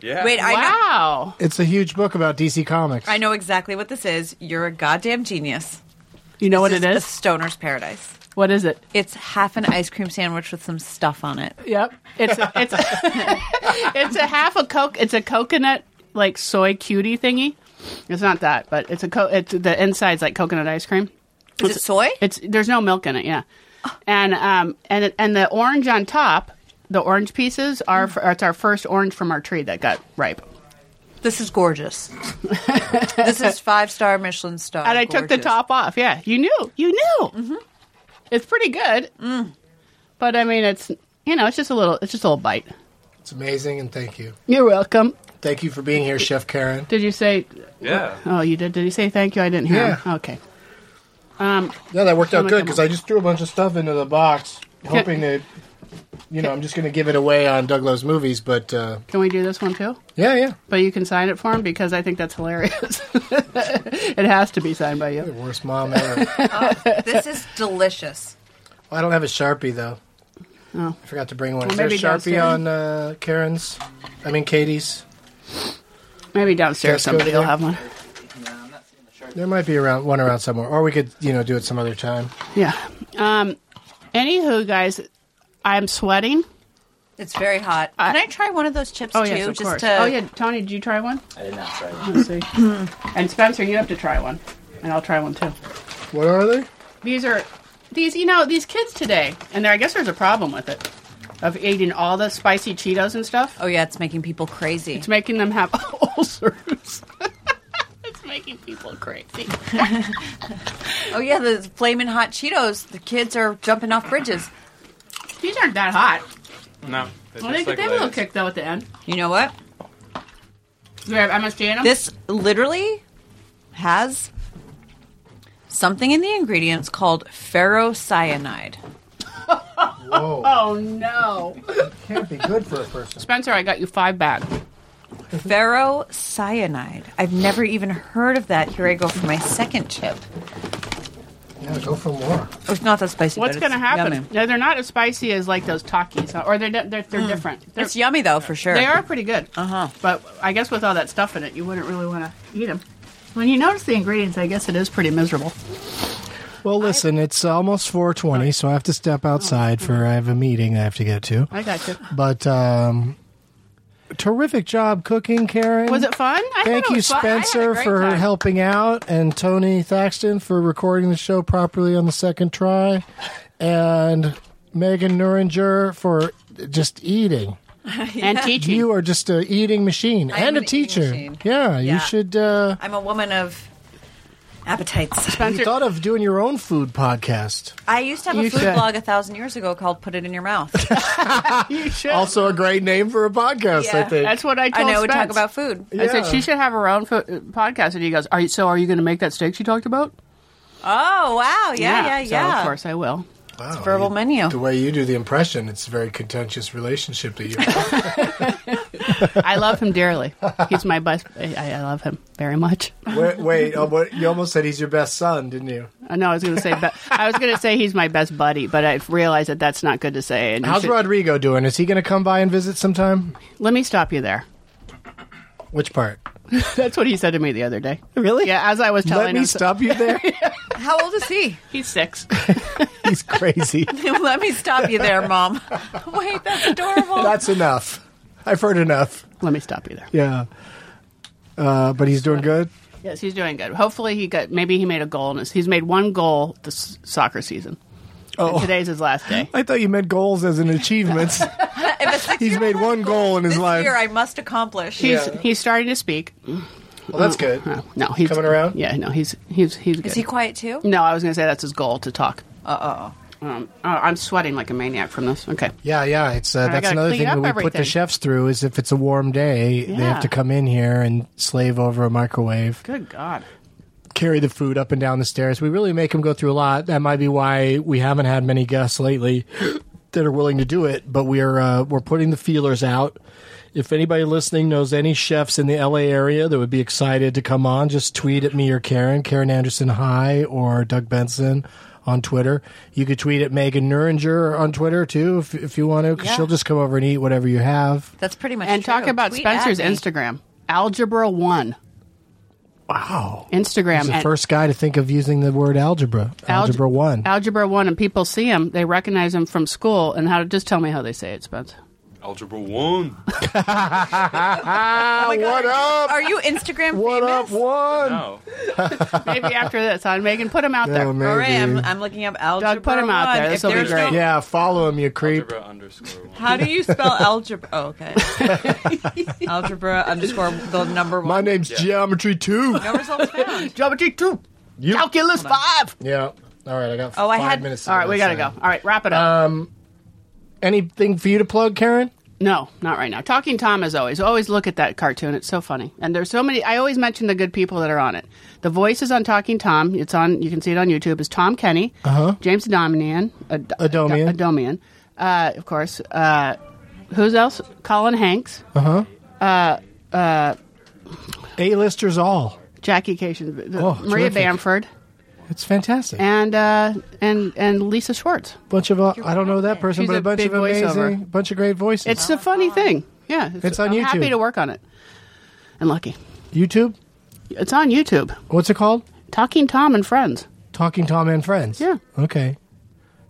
Speaker 8: Yeah.
Speaker 5: Wait, I know,
Speaker 4: wow.
Speaker 3: It's a huge book about DC Comics.
Speaker 5: I know exactly what this is. You're a goddamn genius.
Speaker 4: You know what
Speaker 5: This
Speaker 4: it
Speaker 5: is a
Speaker 4: is?
Speaker 5: stoner's paradise.
Speaker 4: What is it?
Speaker 5: It's half an ice cream sandwich with some stuff on it.
Speaker 4: Yep. It's a, it's a, it's a half a coke. It's a coconut like soy cutie thingy. It's not that, but it's a co- it's the inside's like coconut ice cream.
Speaker 5: Is it soy?
Speaker 4: It's there's no milk in it, yeah. And um and it- and the orange on top, the orange pieces are f it's our first orange from our tree that got ripe.
Speaker 5: This is gorgeous. this is five star Michelin star.
Speaker 4: And I took the
Speaker 5: gorgeous.
Speaker 4: top off. Yeah, you knew, you knew. It's pretty good, but I mean, it's you know, it's just a little, it's just a little bite.
Speaker 3: It's amazing, and thank you.
Speaker 4: You're welcome.
Speaker 3: Thank you for being here, Chef Karen.
Speaker 4: Did you say?
Speaker 8: Yeah.
Speaker 4: Oh, you did. Did you say thank you? I didn't hear. him.
Speaker 3: Yeah.
Speaker 4: Okay. Um,
Speaker 3: Yeah, that worked out good because
Speaker 4: come
Speaker 3: I just threw a bunch of stuff into the box, hoping that you know I'm just going to give it away on Douglas Movies, but uh,
Speaker 4: can we do this one too?
Speaker 3: yeah, yeah.
Speaker 4: But you can sign it for him because I think that's hilarious. it has to be signed by you.
Speaker 3: Worst mom ever.
Speaker 5: This is delicious.
Speaker 3: I don't have a sharpie though. I forgot to bring one. Is there a
Speaker 4: Oh. maybe
Speaker 3: sharpie
Speaker 4: downstairs.
Speaker 3: on uh, Karen's? I mean Katie's.
Speaker 4: Maybe downstairs
Speaker 3: Just go
Speaker 4: somebody will
Speaker 3: there.
Speaker 4: have one.
Speaker 7: No, I'm not seeing the shark.
Speaker 3: There might be around one around somewhere, or we could you know do it some other time.
Speaker 4: Yeah. Um. Anywho, guys, I'm sweating.
Speaker 5: It's very hot. Can I try one of those chips
Speaker 4: Oh
Speaker 5: too?
Speaker 4: yes, of
Speaker 5: just
Speaker 4: course.
Speaker 5: to
Speaker 4: Oh yeah, Tony, did you try one?
Speaker 7: I did not try that.
Speaker 4: Let's see. and Spencer, you have to try one, and I'll try one too.
Speaker 3: What are they?
Speaker 4: These are These, you know, these kids today, and there, I guess there's a problem with it, of eating all the spicy Cheetos and stuff.
Speaker 5: Oh yeah, it's making people crazy.
Speaker 4: It's making them have ulcers. it's making people crazy.
Speaker 5: oh yeah, the flaming hot Cheetos. The kids are jumping off bridges.
Speaker 4: These aren't that hot.
Speaker 8: No. they're
Speaker 4: Well, they, they
Speaker 8: just
Speaker 4: have
Speaker 8: like
Speaker 4: a little
Speaker 8: Lay's.
Speaker 4: kick though at the end.
Speaker 5: You know what?
Speaker 4: Do they have MSG in them?
Speaker 5: This literally has something in the ingredients called ferrocyanide.
Speaker 6: Whoa,
Speaker 4: oh no,
Speaker 6: can't be good for a person.
Speaker 4: Spencer, I got you five back.
Speaker 5: Ferrocyanide. I've never even heard of that. Here I go for my second chip.
Speaker 6: Yeah, go for more.
Speaker 5: Oh, it's not that spicy.
Speaker 4: What's
Speaker 5: but
Speaker 4: going to
Speaker 5: it's
Speaker 4: happen?
Speaker 5: yummy.
Speaker 4: No, they're not as spicy as like those Takis, huh? or they're di- they're, they're different. They're,
Speaker 5: It's yummy though, for sure.
Speaker 4: they are pretty good.
Speaker 5: Uh huh.
Speaker 4: But I guess with all that stuff in it, you wouldn't really want to eat them. When you notice the ingredients, I guess it is pretty miserable.
Speaker 3: Well, listen, it's almost 4:20, so I have to step outside for I have a meeting I have to get to.
Speaker 4: I got you.
Speaker 3: But um terrific job cooking, Karen.
Speaker 4: Was it fun? I thought
Speaker 3: Thank
Speaker 4: it
Speaker 3: you,
Speaker 4: was fun. I had a
Speaker 3: Spencer,
Speaker 4: great
Speaker 3: for
Speaker 4: time.
Speaker 3: helping out, and Tony Thaxton for recording the show properly on the second try, and Megan Nuringer for just eating.
Speaker 4: and teaching.
Speaker 3: You are just a eating machine
Speaker 5: I am
Speaker 3: and a
Speaker 5: an eating
Speaker 3: teacher.
Speaker 5: machine.
Speaker 3: Yeah,
Speaker 5: Yeah.
Speaker 3: you should. Uh,
Speaker 5: I'm a woman of appetites.
Speaker 4: Spencer,
Speaker 3: you thought of doing your own food podcast.
Speaker 5: I used to have
Speaker 4: You
Speaker 5: a food
Speaker 4: should.
Speaker 5: blog a thousand years ago called "Put It in Your Mouth."
Speaker 4: you should.
Speaker 3: Also, a great name for a podcast. I
Speaker 5: Yeah.
Speaker 3: think
Speaker 4: That's what I
Speaker 5: I
Speaker 4: told
Speaker 5: know we
Speaker 4: Spence.
Speaker 5: talk about food.
Speaker 4: I said
Speaker 3: Yeah.
Speaker 4: she should have her own fo- podcast, and he goes, "Are you, so? Are you going to make that steak she talked about?"
Speaker 5: Oh wow! Yeah, yeah, yeah.
Speaker 4: So of course I will.
Speaker 3: Oh,
Speaker 6: Wow,
Speaker 5: Verbal
Speaker 6: you-
Speaker 5: menu.
Speaker 6: The way you do the impression, it's a very contentious relationship that you.
Speaker 4: I love him dearly. He's my best. I, I love him very much.
Speaker 6: wait, wait oh, what, you almost said he's your best son, didn't you?
Speaker 4: I know I was going to say. Be- I was going to say he's my best buddy, but I realized that that's not good to say. And you
Speaker 3: How's
Speaker 4: should-
Speaker 3: Rodrigo doing? Is he going to come by and visit sometime?
Speaker 4: Let me stop you there.
Speaker 3: Which part?
Speaker 4: That's what he said to me the other day.
Speaker 3: Really?
Speaker 4: Yeah, as I was telling
Speaker 3: Let me
Speaker 4: him,
Speaker 3: stop you there.
Speaker 5: How old is he?
Speaker 4: he's six.
Speaker 3: He's crazy.
Speaker 5: Let me stop you there, Mom. Wait, that's adorable.
Speaker 3: That's enough. I've heard enough.
Speaker 4: Let me stop you there.
Speaker 3: Yeah. Uh, but he's doing good.
Speaker 4: Yes, he's doing good. Hopefully, he got maybe he made a goal. In his, he's made one goal this soccer season. And today's his last day.
Speaker 3: Oh, I thought you meant goals as an achievement.
Speaker 5: If a six-year-old
Speaker 3: he's made
Speaker 5: has
Speaker 3: one goal in his
Speaker 5: this
Speaker 3: life.
Speaker 5: year, I must accomplish.
Speaker 4: He's he's starting to speak.
Speaker 6: Well, that's good.
Speaker 4: Oh, no, he's
Speaker 6: Mm-hmm. Coming around?
Speaker 4: Yeah, no, he's he's he's good.
Speaker 5: Is he quiet too?
Speaker 4: no, I was going to say that's his goal to talk.
Speaker 5: Uh oh.
Speaker 4: Um, oh, I'm sweating like a maniac from this. Okay.
Speaker 3: yeah, yeah. It's uh, that's
Speaker 4: gotta
Speaker 3: another
Speaker 4: clean
Speaker 3: thing that
Speaker 4: up
Speaker 3: we put
Speaker 4: everything.
Speaker 3: the chefs through is if it's a warm day, they
Speaker 4: Yeah.
Speaker 3: have to come in here and slave over a microwave,
Speaker 4: Good God.
Speaker 3: carry the food up and down the stairs. We really make them go through a lot. That might be why we haven't had many guests lately that are willing to do it. But we're uh, we're putting the feelers out. If anybody listening knows any chefs in the LA area that would be excited to come on, just tweet at me or Karen, Karen Anderson High or Doug Benson on Twitter. You could tweet at Megan Nuringer on Twitter too if, if you want to, 'cause
Speaker 5: Yeah.
Speaker 3: she'll just come over and eat whatever you have.
Speaker 5: That's pretty much
Speaker 4: And
Speaker 5: true.
Speaker 4: talk about
Speaker 5: Tweet
Speaker 4: Spencer's
Speaker 5: at me.
Speaker 4: Instagram, Algebra One
Speaker 3: Wow.
Speaker 4: Instagram.
Speaker 3: He's the
Speaker 4: and
Speaker 3: first guy to think of using the word algebra.
Speaker 4: Alge-
Speaker 3: Algebra one.
Speaker 4: Algebra One, and people see him, they recognize him from school. And how? Just tell me how they say it, Spence.
Speaker 8: Algebra 1.
Speaker 5: Oh my God,
Speaker 3: What
Speaker 5: are
Speaker 3: up?
Speaker 5: You, are you Instagram
Speaker 3: What up,
Speaker 5: famous?
Speaker 3: one?
Speaker 8: No.
Speaker 4: Maybe after this, huh? Megan, put him out there.
Speaker 3: Yeah, maybe.
Speaker 5: All right, I'm, I'm looking up algebra.
Speaker 4: put 'em out
Speaker 5: one.
Speaker 4: there.
Speaker 5: If
Speaker 4: This'll be
Speaker 5: there's
Speaker 4: great.
Speaker 5: no-
Speaker 3: Yeah, follow him, you creep.
Speaker 8: Algebra underscore 1.
Speaker 5: How do you spell algebra? Oh, okay. algebra underscore the number one.
Speaker 3: My name's Geometry Two.
Speaker 5: No results found.
Speaker 4: Geometry two. Calculus five.
Speaker 3: yeah. All right, I got.
Speaker 5: Oh, I
Speaker 6: Five
Speaker 5: had-
Speaker 6: minutes. to
Speaker 4: All right, we gotta
Speaker 6: this,
Speaker 4: go.
Speaker 6: uh,
Speaker 4: All right, wrap it up.
Speaker 3: Anything for you to plug, Karen?
Speaker 4: no, not right now. Talking Tom as always. Always look at that cartoon. It's so funny. And there's so many. I always mention the good people that are on it. The voices on Talking Tom. It's on. You can see it on YouTube. Is Tom Kenny, uh-huh. James Adomian, Ad-
Speaker 3: Adomian.
Speaker 4: Ad- Adomian, uh, of course. Uh, who's else? Colin Hanks,
Speaker 3: A-listers all.
Speaker 4: Jackie Cation,
Speaker 3: Oh,
Speaker 4: Maria
Speaker 3: terrific.
Speaker 4: Bamford,
Speaker 3: It's fantastic.
Speaker 4: and uh, and and Lisa Schwartz.
Speaker 3: bunch of uh, I don't know that person,
Speaker 4: She's
Speaker 3: but
Speaker 4: a
Speaker 3: a bunch
Speaker 4: big
Speaker 3: of amazing,
Speaker 4: voiceover.
Speaker 3: bunch of great voices.
Speaker 4: It's a funny thing. Yeah,
Speaker 3: It's on
Speaker 4: I'm Happy
Speaker 3: YouTube.
Speaker 4: to work on it. And lucky,
Speaker 3: YouTube.
Speaker 4: it's on YouTube.
Speaker 3: What's it called?
Speaker 4: Talking Tom and Friends.
Speaker 3: Talking Tom and Friends.
Speaker 4: Yeah.
Speaker 3: Okay.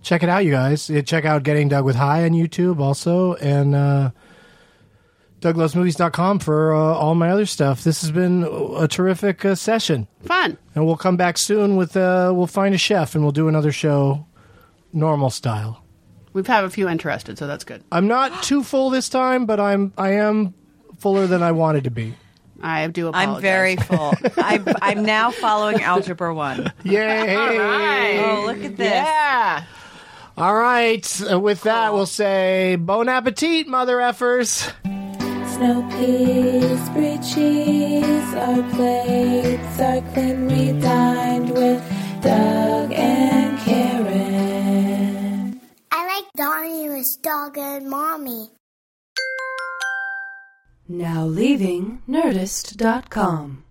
Speaker 3: Check it out, you guys. Yeah, Check out Getting Doug with High on YouTube also, and uh, DougLovesMovies.com for uh, all my other stuff. This has been a terrific uh, session.
Speaker 4: Fun.
Speaker 3: and we'll come back soon with uh we'll find a chef and we'll do another show normal style.
Speaker 4: We've had a few interested, so that's good.
Speaker 3: I'm not too full this time, but I'm I am fuller than I wanted to be.
Speaker 4: I do apologize.
Speaker 5: I'm very full. I'm, I'm now following Algebra 1.
Speaker 3: Yay!
Speaker 5: Oh, look at this. Ah!
Speaker 4: Yeah.
Speaker 3: All right. uh, With that, we'll say bon appetit, mother effers.
Speaker 2: Snow peas, brie cheese, our plates are clean. We dined with Doug and Karen.
Speaker 12: I like Donnie was dog and mommy.
Speaker 1: Now leaving Nerdist.com.